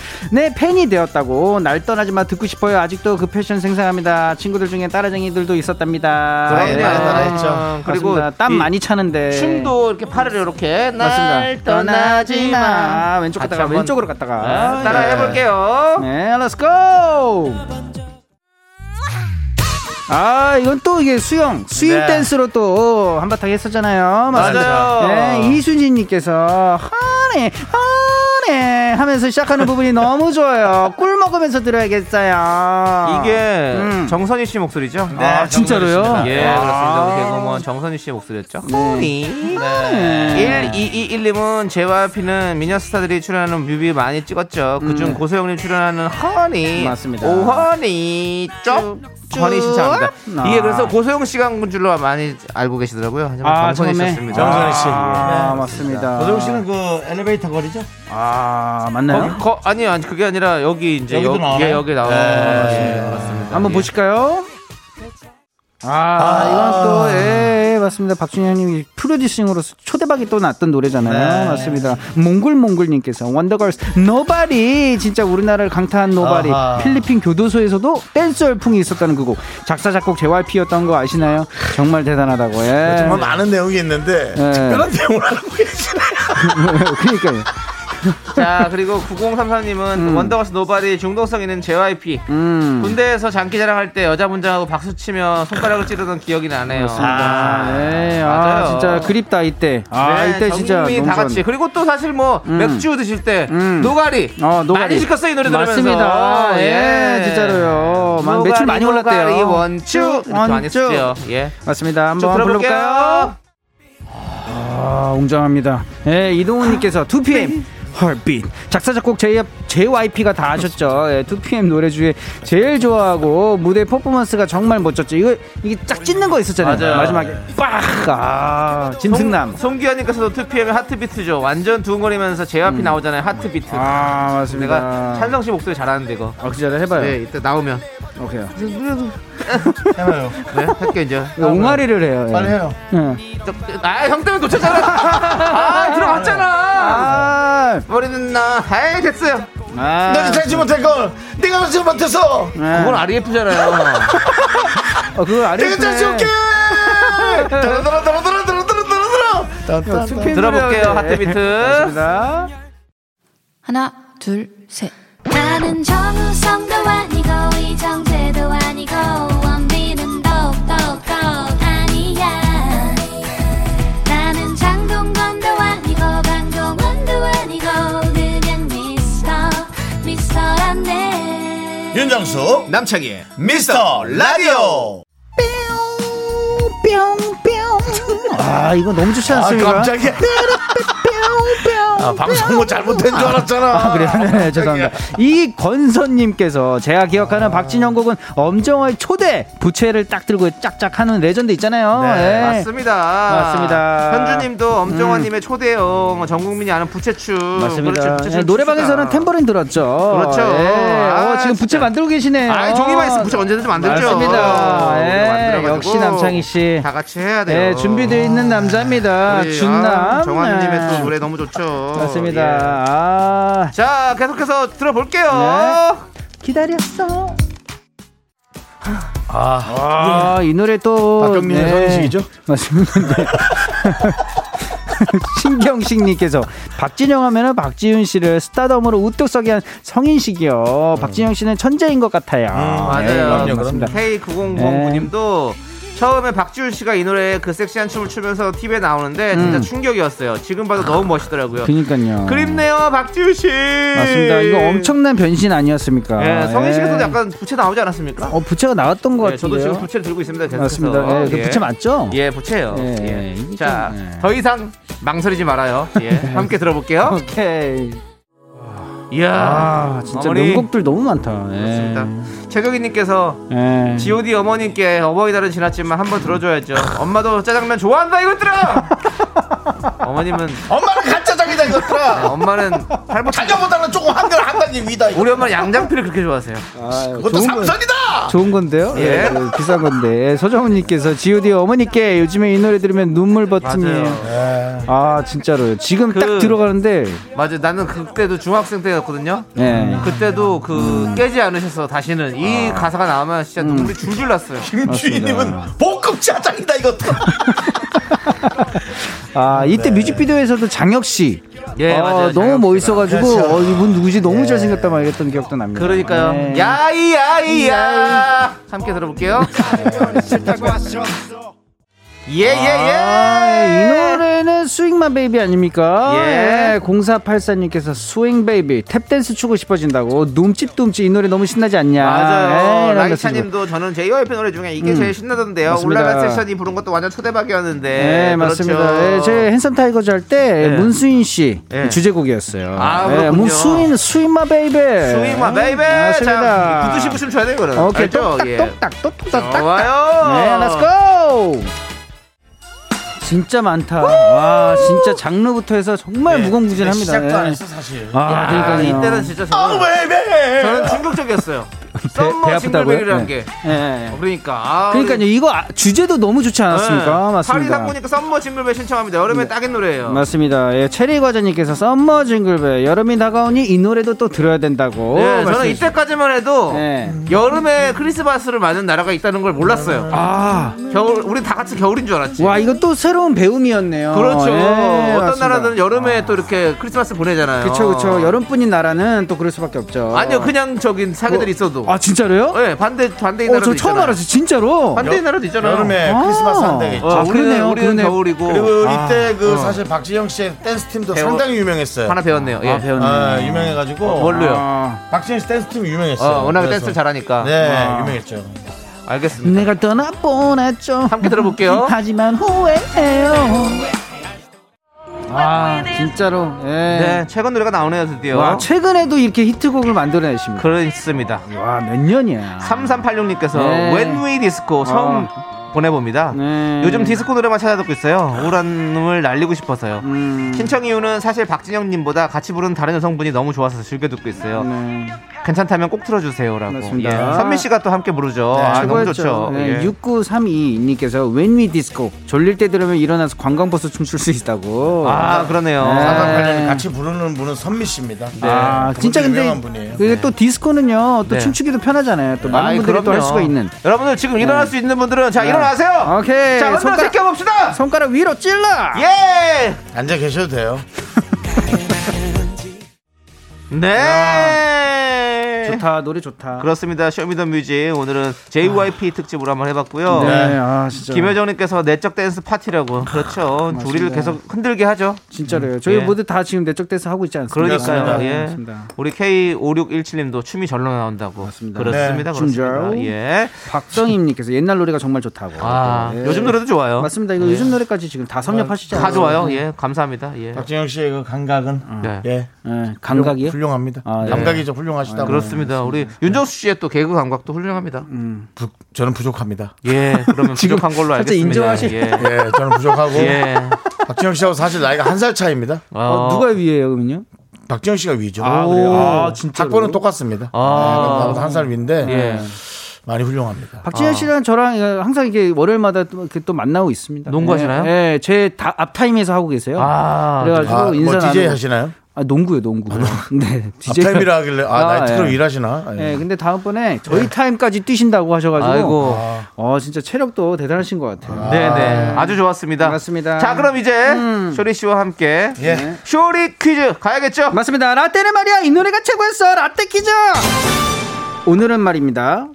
팬이 되었다고 날 떠나지만 듣고 싶어요. 아직도 그 패션 생생합니다. 친구들 중에 따라쟁이들도 있었답니다. 그럼요. 네. 아, 예, 많이 따라했죠. 그리고 그리고 땀 이 많이 차는데 춤도 이렇게 팔을 이렇게 날 맞습니다. 떠나지 마. 아, 왼쪽 같이 갔다가 한번 네. 왼쪽으로 갔다가 따라 아, 예. 해볼게요. 네, let's go. 아, 이건 또 이게 수영, 스윙 네. 댄스로 또 한바탕 했었잖아요. 맞습니다. 맞아요. 네, 이순진님께서 하네, 하네, 예 하면서 시작하는 부분이 너무 좋아요. 꿀 먹으면서 들어야겠어요. 이게 음. 정선희 씨 목소리죠? 네, 아, 진짜로요? 예, 아. 네. 그렇습니다. 우리 개그우먼 정선희 씨의 목소리였죠. 소리. 1221님은 제와 피는 미녀스타들이 출연하는 뮤비 많이 찍었죠. 그중 고소영님 출연하는 허니. 음, 네. 맞습니다. 오허니. 쭉. 허니 신청합니다. 아. 이게 그래서 고소영 씨가 한 줄로 많이 알고 계시더라고요. 하지만 아, 뭐 정선희 처음에? 씨였습니다. 네, 정선희 씨. 아, 맞습니다. 고정 씨는 그 엘리베이터 거리죠? 아, 맞나요? 거, 거, 아니, 아니, 그게 아니라 여기 이제 여기도 여기, 나와요? 예, 여기 나와요. 네. 예, 그렇습니다. 한번 예. 보실까요? 아, 이건 또, 예, 예, 맞습니다. 박준현님이 프로듀싱으로서 초대박이 또 났던 노래잖아요. 맞습니다. 몽글몽글님께서 원더걸스 노바리 진짜 우리나라를 강타한 노바리 아하. 필리핀 교도소에서도 댄스 열풍이 있었다는 그곡 작사 작곡 JYP였던 거 아시나요? 정말 대단하다고 예. 정말 많은 내용이 있는데 네. 뭐 특별한 내용을 하고 계시네요. 그러니까요. 자 그리고 9034님은 원더걸스 노바디 중독성 있는 JYP 음. 군대에서 장기자랑 할 때 여자 분장하고 박수 치며 손가락을 찌르던 기억이 나네요. 아, 예. 아 맞아요. 진짜 그립다 이때. 아 네, 이때 진짜 전국민이 너무 다 좋았네. 같이 그리고 또 사실 뭐 맥주 드실 때 음. 노가리, 어, 노가리. 많이 시켰어 이 노래 들으면서 맞습니다. 예, 진짜로요. 막 매출 많이 올랐대요. 노가리 원추 이렇게 많이 원추. 쓰죠. 예. 맞습니다. 좀 한번 불러볼까요? 들어볼게요. 아, 웅장합니다. 예, 이동훈님께서 2PM. 헐빛 작사 작곡 J, JYP가 다 하셨죠. 예, 2PM 노래 중에 제일 좋아하고 무대 퍼포먼스가 정말 멋졌죠. 이거 이게 쫙 찢는 거 있었잖아요. 네. 맞아요. 마지막에 빡! 아, 짐승남. 송기현님께서도 2PM의 하트비트죠. 완전 두근거리면서 JYP 나오잖아요. 하트비트. 음. 아, 맞습니다. 내가 찬성 씨 목소리 잘하는데 이거. 아, 그 자리 해봐요. 네, 이때 나오면. 오케이. 해봐요. 네, 할게 이제. 이거 옹알이를 해요. 예. 빨리 해요. 예. 아, 형 때문에 고쳤잖아. 아, 들어갔잖아. 아, 머리는 나. 에이, 됐어요. 아. 내가 살지 못할 걸 내가 살지 못해서 그건 RF잖아요. 어, 그걸 안 내가 했네. 살지 못게. 야, 따라따라따라따라따라따라. 스피드 들어볼게요, 해야 네. 돼. 하트비트. 맞습니다. 하나 둘 셋. 나는 정우성도 아니고 이정재도 아니고 원빈은 더욱더 아니야 나는 장동건도 아니고 강동원도 아니고 그냥 미스터 미스터란데 윤정수 남창희 미스터 라디오. 아, 이거 너무 좋지 아 않습니까? 깜짝이야. 아, 방송뭐 잘못된 줄 알았잖아. 아, 그래요? 네, 죄송합니다. 아, 이 권선님께서 제가 기억하는 박진영 곡은 엄정화의 초대 부채를 딱 들고 짝짝 하는 레전드 있잖아요. 예. 네, 맞습니다. 맞습니다. 음. 현주님도 엄정화님의 초대형 전 국민이 아는 부채춤. 맞습니다. 그렇죠, 부채춤 예, 노래방에서는 춥시다. 탬버린 들었죠. 그렇죠. 예. 어, 아, 지금 부채 진짜. 만들고 계시네요. 아, 종이만 있으면 부채 언제든지 만들죠. 맞습니다. 어, 예, 만들어가지고 역시 남창희 씨. 다 같이 해야 돼요. 예, 준비되어 있는 남자입니다. 우리, 준남. 아, 정환님의 예. 또 노래 너무 좋죠. 맞습니다. 예. 아, 자, 계속해서 들어볼게요. 네. 기다렸어. 아, 네. 이 노래 또 네. 박경민의 선인식이죠? 맞습니다. 네. 신경식님께서 박진영 하면은 박지윤 씨를 스타덤으로 우뚝 서게 한 성인식이요. 박진영 씨는 천재인 것 같아요. 음, 맞아요. 네, 그럼요, 맞습니다. 네. K9009님도 처음에 박지훈 씨가 이 노래에 그 섹시한 춤을 추면서 TV에 나오는데 진짜 음. 충격이었어요. 지금 봐도 너무 멋있더라고요. 그니까요. 그립네요, 박지훈 씨. 맞습니다. 이거 엄청난 변신 아니었습니까? 예, 성인 씨에서도 예. 약간 부채 나오지 않았습니까? 어 부채가 나왔던 것 예, 저도 같은데요. 지금 부채를 들고 있습니다. 계속해서. 맞습니다. 예, 그 예. 부채 맞죠? 예, 부채요. 예, 예. 이게 자, 좀, 예. 더 이상 망설이지 말아요. 예, 함께 들어볼게요. 오케이. 이야, 예. 아 진짜 어머니. 명곡들 너무 많다. 예. 맞습니다. 최경희님께서 예. G.O.D 어머님께 어버이날은 지났지만 한번 들어줘야죠. 엄마도 짜장면 좋아한다 이것들아. 어머님은 엄마는 가짜장이다 네, 이것들아. 엄마는 할머니 자녀보다는 조금 한결 한 단계 위다. 이거. 우리 엄마 는 양장피를 그렇게 좋아하세요. 아유, 그것도 좋은 거- 삼선이다. 좋은 건데요? 예. 예. 그 비싼 건데. 서정훈님께서 GOD 어머니께 요즘에 이 노래 들으면 눈물 버튼이에요. 맞아요. 그 아, 진짜로요. 지금 딱 들어가는데. 맞아요. 나는 그때도 중학생 때였거든요. 예. 그때도 그 깨지 않으셔서 다시는 아. 이 가사가 나오면 진짜 음. 눈물이 줄줄 났어요. 김주인님은 복급 짜장이다 이것들아. 아, 이때 뮤직비디오에서도 장혁씨. 네. 예, 아, 맞아요. 너무 장혁 씨가. 예. 멋있어가지고, 그렇죠. 어, 이분 누구지? 너무 잘생겼다 막 이랬던 기억도 납니다. 그러니까요. 예. 야이 네. 야이 야. 함께 들어볼게요. 예, 아, 이 예, 예. 노래는 스윙마 베이비 아닙니까? 예. 예. 0484님께서 스윙 베이비 탭댄스 추고 싶어진다고 둠집둠집 이 노래 너무 신나지 않냐? 맞아요. 예, 라이차님도 저는 JYP 노래 중에 이게 제일 신나던데요. 음, 맞습니다. 올라간 세션이 부른 것도 완전 초대박이었는데. 네, 맞습니다. 예, 그렇죠. 제 핸섬 타이거즈 할 때 예. 문수인 씨 예. 주제곡이었어요. 네, 아, 그렇군요. 문수인 스윙마 베이비. 스윙마 베이베. 자, 네, 맞습니다. 굳이 씹으시면 줘야 돼요, 그럼. 오케이, 알죠? 똑딱, 예. 똑딱, 똑딱, 똑딱, 똑딱. 좋아요. 네, 렛츠고! 진짜 많다. 와, 진짜 장르부터 해서 정말 네. 무궁무진합니다. 시작도 안 예. 했어 사실. 아, 아, 그러니까요. 이때는 진짜 저는, 저는 충격적이었어요. 네, 썸머 징글벨이라는 게. 예, 예. 어, 그러니까. 아, 그러니까요. 이거 아- 주제도 너무 좋지 않았습니까? 네. 파리 맞습니다. 네. 상무니까 썸머 징글벨 신청합니다. 여름에 딱인 노래예요. 맞습니다. 예, 체리 과자님께서 썸머 징글벨 여름이 다가오니 이 노래도 또 들어야 된다고. 예, 저는 말씀해 이때까지만 해도 네. 여름에 크리스마스를 맞는 나라가 있다는 걸 몰랐어요. 아, 겨울, 우리 다 같이 겨울인 줄 알았지. 와 이거 또 새로운 배움이었네요. 그렇죠. 예, 어떤 맞습니다. 아. 나라들은 여름에 또 이렇게 크리스마스 보내잖아요. 그쵸 그쵸. 여름뿐인 나라는 또 그럴 수밖에 없죠. 아니요, 그냥 저긴 사계들이 있어도. 아 진짜로요? 예, 반대 반대 어, 나라도 저 처음 있잖아요. 알았어요. 진짜로. 반대 나라도 있잖아요. 여름에 아. 크리스마스 한 대가 어, 있죠. 아, 우리는, 그러네요, 우리는 그러네요. 겨울이고 그리고 이때 그 사실 박지영 씨의 댄스 팀도 배워- 상당히 유명했어요. 하나 배웠네요. 예. 아, 배웠네. 아, 유명해가지고 뭘로요? 아, 박지영 씨 댄스 팀이 유명했어요. 어, 워낙에 그래서. 댄스 잘하니까. 아. 네, 와. 유명했죠. 알겠습니다. 내가 떠나보냈죠. 음. 함께 들어볼게요. 하지만 후회해요. 아 진짜로. 예. 네, 최근 노래가 나오네요, 드디어. 와 최근에도 이렇게 히트곡을 만들어내십니다. 그렇습니다. 와 몇 년이야. 3386님께서 네. 아. When We Disco 처음 보내봅니다. 네. 요즘 디스코 노래만 찾아듣고 있어요. 우울함을 날리고 싶어서요. 음. 신청 이유는 사실 박진영님보다 같이 부른 다른 여성분이 너무 좋아서 즐겨 듣고 있어요. 네. 괜찮다면 꼭 틀어주세요라고. 맞습니다. 예. 선미 씨가 또 함께 부르죠. 아, 너무 좋죠. 네, 예. 6932님께서 When We Disco 졸릴 때 들으면 일어나서 관광버스 춤출 수 있다고. 아 그러네요. 네. 사상 관련이 같이 부르는 분은 선미 씨입니다. 네. 아, 그분도 진짜 근데 유명한 분이에요. 그게 또 디스코는요 또 네. 춤추기도 편하잖아요 또 많은 아이, 분들이 또 할 그럼요. 수가 있는 여러분들 지금 일어날 수 있는 분들은 자 네. 일어나세요. 오케이. 자 흔들어 손가락- 제껴 봅시다. 손가락 위로 찔러 예. 앉아 계셔도 돼요. 네. 좋다 노래 좋다 그렇습니다. 쇼미더뮤직 오늘은 JYP 특집으로 한번 해봤고요. 네, 아 진짜 김효정님께서 내적 댄스 아, 파티라고 그렇죠. 우리를 계속 흔들게 하죠. 진짜로요 저희 예. 모두 다 지금 내적 대서 하고 있지 않습니까 그러니까요. 네, 예. 맞습니다. 우리 K5617님도 춤이 절로 나온다고. 맞습니다. 그렇습니다. 네. 그렇습니다. 춤절. 예. 박정임님께서 옛날 노래가 정말 좋다고 아, 예. 요즘 노래도 좋아요. 맞습니다 이거 요즘 노래까지 지금 다 성립하시잖아요 다 좋아요. 예. 감사합니다. 예. 박진영 씨의 그 감각은 네. 예 예, 감각이요 훌륭합니다. 아, 네. 감각이죠 훌륭하시다고. 예. 그렇습니다. 우리 윤정수 씨의 또 개그 감각도 훌륭합니다. 음. 부- 저는 부족합니다. 예. 그러면 부족한 걸로 살짝 알겠습니다. 인정하시- 예. 예, 저는 부족하고 예. 박진영 씨하고 사실 나이가 한 살 차이입니다. 어, 어, 누가 위에요 그러면요 박진영 씨가 위죠. 그래요? 아, 진짜로? 학번은 똑같습니다. 아. 네, 나보다 한 살 위인데 예. 많이 아. 훌륭합니다. 박진현 씨랑 저랑 항상 이게 월요일마다 또, 이렇게 또 만나고 있습니다. 농구하시나요? 예, 제앞 타임에서 하고 계세요. 아, 그래가지고 아, 인사 뭐 나누고- DJ 하시나요? 아, 농구요, 농구. 네, DJ. 앞타임이라 하길래 아, 아, 나이트로 예. 일하시나? 아, 예. 예, 근데 다음번에 네. 저희 타임까지 뛰신다고 하셔가지고, 아이고. 어, 진짜 체력도 대단하신 것 같아요. 네네. 아주 좋았습니다. 맞습니다. 음. 네. 자, 그럼 이제 쇼리 씨와 함께 예. 쇼리 퀴즈 가야겠죠? 맞습니다. 라떼는 말이야 이 노래가 최고였어. 라떼 퀴즈. 오늘은 말입니다.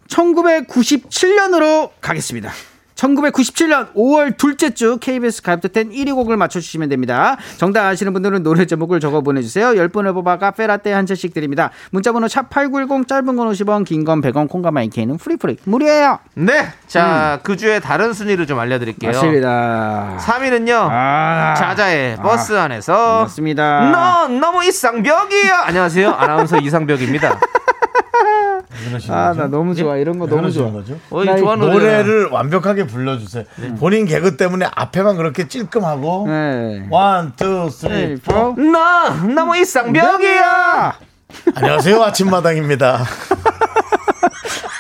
1997년으로 가겠습니다. 1997년 5월 둘째 주 KBS 가입된 1위 곡을 맞춰주시면 됩니다. 정답 아시는 분들은 노래 제목을 적어 보내주세요. 10분을 뽑아 카페라떼 한 잔씩 드립니다. 문자번호 샵8910 짧은 건 50원 긴 건 100원 콩과 마이케이는 프리프리 무료예요. 네. 음. 자, 그 주에 다른 순위를 좀 알려드릴게요. 맞습니다. 3위는요. 아, 자자의 버스 안에서 맞습니다. 넌 너무 이상벽이야. 안녕하세요. 아나운서 이상벽입니다. 아, 나 너무 좋아. 이런 거 네, 너무 좋아. 거죠? 어, 이 좋아하는 노래. 노래를 완벽하게 불러주세요. 본인 개그 때문에 앞에만 그렇게 찔끔하고 네. 원, 투, 쓰리, 뭐? 포. 넌 너무 이상벽이야. 안녕하세요, 아침마당입니다.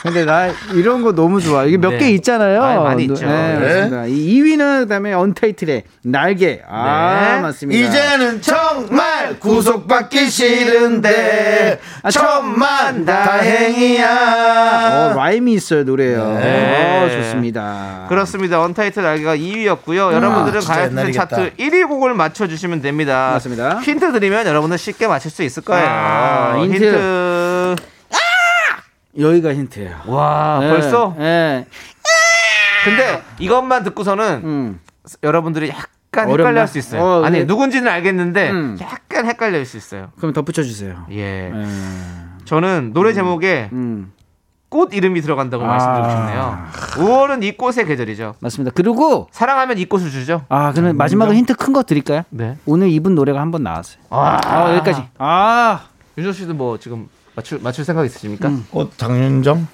근데 나 이런 거 너무 좋아. 이게 몇 네. 개 있잖아요. 아, 많이 있죠. 네, 네. 맞습니다. 이 2위는 그다음에 언타이틀의 날개. 아, 네. 맞습니다. 이제는 정말 구속받기 싫은데 아, 천만 다행이야. 어, 라임이 있어요, 노래요. 네. 어, 좋습니다. 그렇습니다. 언타이틀 날개가 2위였고요. 여러분들은 진짜 가요톱텐 옛날이겠다. 차트 1위 곡을 맞춰주시면 됩니다. 아, 맞습니다. 힌트 드리면 여러분들 쉽게 맞힐 수 있을 거예요. 아, 힌트. 힌트. 여기가 힌트예요. 와 어, 네, 벌써? 네. 근데 이것만 듣고서는 음. 여러분들이 약간 어렵나? 헷갈려 할수 있어요. 어, 아니, 네. 누군지는 알겠는데 음. 약간 헷갈릴 수 있어요. 그럼 덧붙여 주세요. 예. 음. 저는 노래 제목에 음. 꽃 이름이 들어간다고 말씀드리고 아. 싶네요. 5월은 이 꽃의 계절이죠. 맞습니다. 그리고 사랑하면 이 꽃을 주죠. 아, 그럼 마지막으로 힌트 큰 거 드릴까요? 네. 오늘 이분 노래가 한 번 나왔어요. 아, 아, 여기까지. 아, 윤정 씨도 뭐 지금 맞출 맞출 생각 있으십니까? 음. 꽃 장윤정?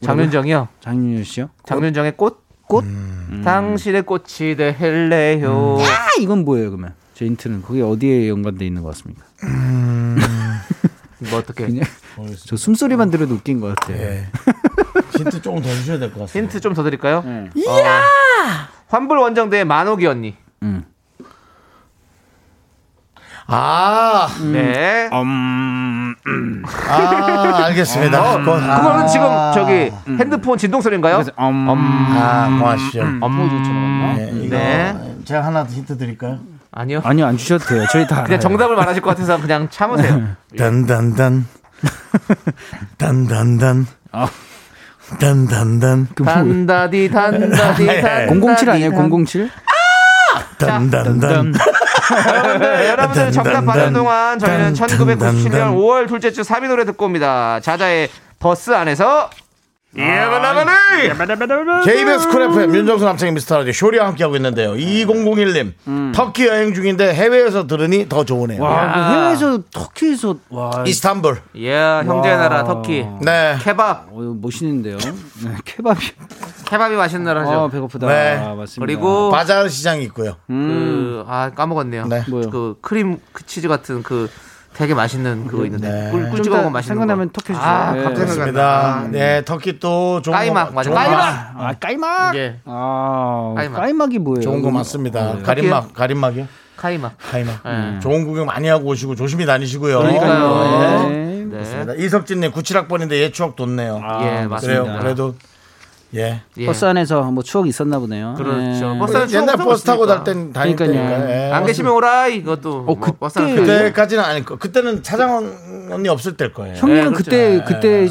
장윤정이요. 장윤유 씨요? 장윤정의 꽃. 꽃? 음. 당신의 꽃이 될래요. 아, 이건 뭐예요, 그러면? 제 힌트는 그게 어디에 연관돼 있는 것 같습니까? 뭐 어떻게? 그냥 저 숨소리만 들어도 웃긴 것 같아요. 예. 힌트 조금 더 주셔야 될 것 같습니다. 힌트 좀 더 드릴까요? 네. 이야! 환불 원정대의 만옥이 언니. 아, 음. 네. 아, 어, 알겠습니다. 고, 그거는 아, 지금 저기 핸드폰 진동 소리인가요? 음. 그래서 엄. 아, 음, 고맙십시오. 엄. 네, 이거 네. 제가 하나 더 힌트 드릴까요? 아니요. 어. 아니요, 안 주셔도 돼요. 저희 다 네. 그냥 알아요. 정답을 말하실 것 같아서 그냥 네. 참으세요. 단단단. 단단단. 아. 단단단. 그 뭐- 단다디 단다디 단. 007 아니에요? 007? 단단단. 여러분들, 여러분들 정답 받는 동안 저희는 1997년 5월 둘째 주 3위 노래 듣고 옵니다. 자자의 버스 안에서 아, 예바나바네 KBS 쿨 FM 윤정수 남창희 미스터라디오 쇼리와 함께하고 있는데요. 2001님 터키 여행 중인데 해외에서 들으니 더 좋으네요. 와, 그 해외에서 터키에서 와, 이스탄불. 예 형제의 나라 터키 네. 케밥 어, 이거 멋있는데요. 네, 케밥이. 케밥이 맛있는 아, 나라죠. 배고프다. 네. 아, 맞습니다. 그리고 바자르 시장이 있고요. 그, 아 까먹었네요. 음. 네. 뭐요? 그 크림 그 치즈 같은 그 되게 맛있는 그거 있는데 네. 꿀, 꿀 좀 찍어 이따 먹으면 맛있는 생각나면 거. 터키 아, 주세요. 갑자기 예. 그렇습니다. 네, 터키 또 좋은 까이막, 거 맞아. 좋은 거 까이막! 많- 아, 까이막. 예. 아, 까이막. 까이막. 이 뭐예요? 좋은 거 이거- 많습니다. 네. 가림막, 가림막이요? 카이마. 가림막. 네. 음. 좋은 구경 많이 하고 오시고 조심히 다니시고요. 그러니까요. 네. 네. 네. 이석진님 97학번인데 예 추억 돋네요. 예 그래요. 맞습니다. 그래도 예. 예. 아, 버스 안에서 뭐 추억이 있었나 보네요. 그렇죠. 예. 버스 안에서 옛날 추억 버스 타고 없으니까. 다닐 다닐 그러니까요. 때니까. 예. 안 계시면 오라이 이것도 뭐 어, 그때- 버스 안에서 그때까지는 아닐 거. 그때는 차장 언니 없을 때일 거예요. 형님은 예, 네, 그때 그때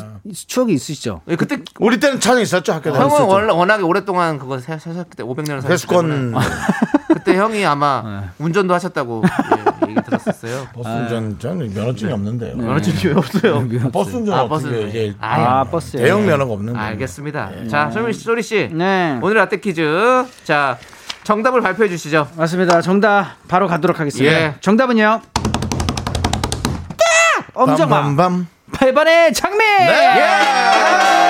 추억이 있으시죠? 예, 그때 우리 때는 차장 있었죠 학교 다닐 형은 때. 원래 워낙에 오랫동안 그거 사- 사셨기 때문에 500년을 사셨기 때문에 회수권 그때 형이 아마 운전도 하셨다고 예, 얘기 들었었어요. 버스 운전 저는 면허증이 없는데요. 그렇지 왜 네. 없어요? 버스 운전 아, 은 어떻게 버스는 해요? 이게 아, 아, 예. 네. 버스. 대형 면허가 없는데. 알겠습니다. 자, 소리 씨, 소리 씨. 네. 오늘 라떼 퀴즈. 자, 정답을 발표해 주시죠. 맞습니다. 정답 바로 가도록 하겠습니다. 예. 정답은요. 딱! 엄정화. 밤밤밤. 8번의 장미. 예!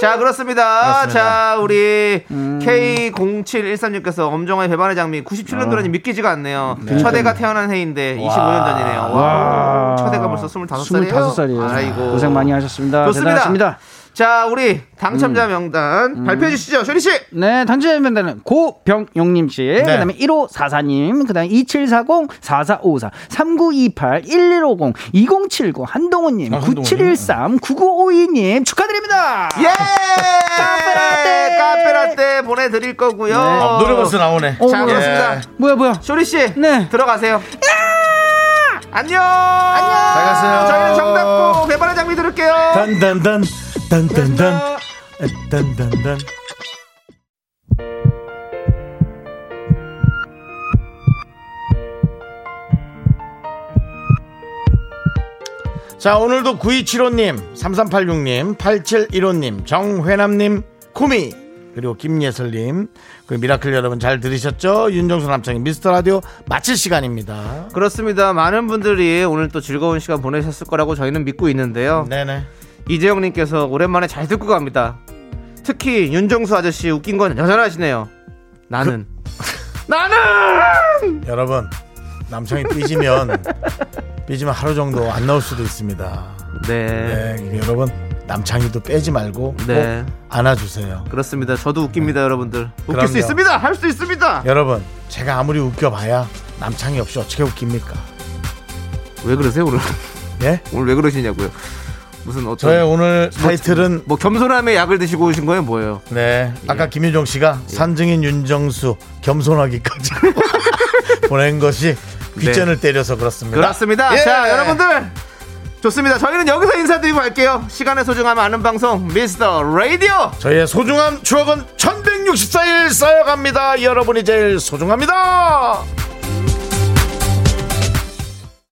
자, 그렇습니다. 자, 우리 K07136께서 엄정화의 배반의 장미 97년 도라니 믿기지가 아. 않네요. 첫애가 태어난 해인데 25년 전이네요. 와. 첫애가 벌써 25살이에요. 25살이에요. 아이고. 고생 많이 하셨습니다. 좋습니다. 대단하십니다. 자, 우리 당첨자 음. 명단 발표해 주시죠. 쇼리 씨. 아, 네, 당첨자는 고병용님 씨, 네. 그다음에 1544님, 그다음에 2740, 4454, 3928, 1150, 2079, 아, 한동훈님, 9713, 9952님 축하드립니다. 예! 카페라떼 카페라떼 보내 드릴 거고요. 어, 노래 벌써 나오네. 어, 자, 뭐야. 그렇습니다. 예. 뭐야 뭐야? 쇼리 씨. 네. 들어가세요. 안녕. 안녕. 잘 가세요. 저희는 정답고 배반의 장미 들을게요. 단단단 단단단 단단단. 자 오늘도 9275님 3386님 8715님 정회남님 쿠미 그리고 김예슬님 그리고 미라클 여러분 잘 들으셨죠? 윤정수 남창희 미스터라디오 마칠 시간입니다 그렇습니다. 많은 분들이 오늘 또 즐거운 시간 보내셨을 거라고 저희는 믿고 있는데요. 네네 이재영님께서 오랜만에 잘 듣고 갑니다. 특히 윤정수 아저씨 웃긴 건 여전하시네요. 나는 나는 여러분 남성이 삐지면 삐지면 하루 정도 안 나올 수도 있습니다. 네, 네, 여러분 남창이도 빼지 말고 네. 꼭 안아주세요. 그렇습니다. 저도 웃깁니다, 여러분들. 웃길 그럼요. 수 있습니다. 할 수 있습니다. 여러분 제가 아무리 웃겨봐야 남창이 없이 어떻게 웃깁니까? 왜 그러세요 오늘? 예? 오늘 왜 그러시냐고요? 무슨 어떤 저의 네, 오늘 타이틀은 뭐 겸손함의 약을 드시고 오신 거예요, 뭐예요? 네 아까 김윤정 씨가 산증인 윤정수 겸손하기까지 보낸 것이 귓전을 때려서 그렇습니다. 그렇습니다. 예. 자, 여러분들 좋습니다. 저희는 여기서 인사드리고 갈게요. 시간의 소중함 아는 방송 미스터 라디오. 저희의 소중한 추억은 1164일 쌓여갑니다. 여러분이 제일 소중합니다.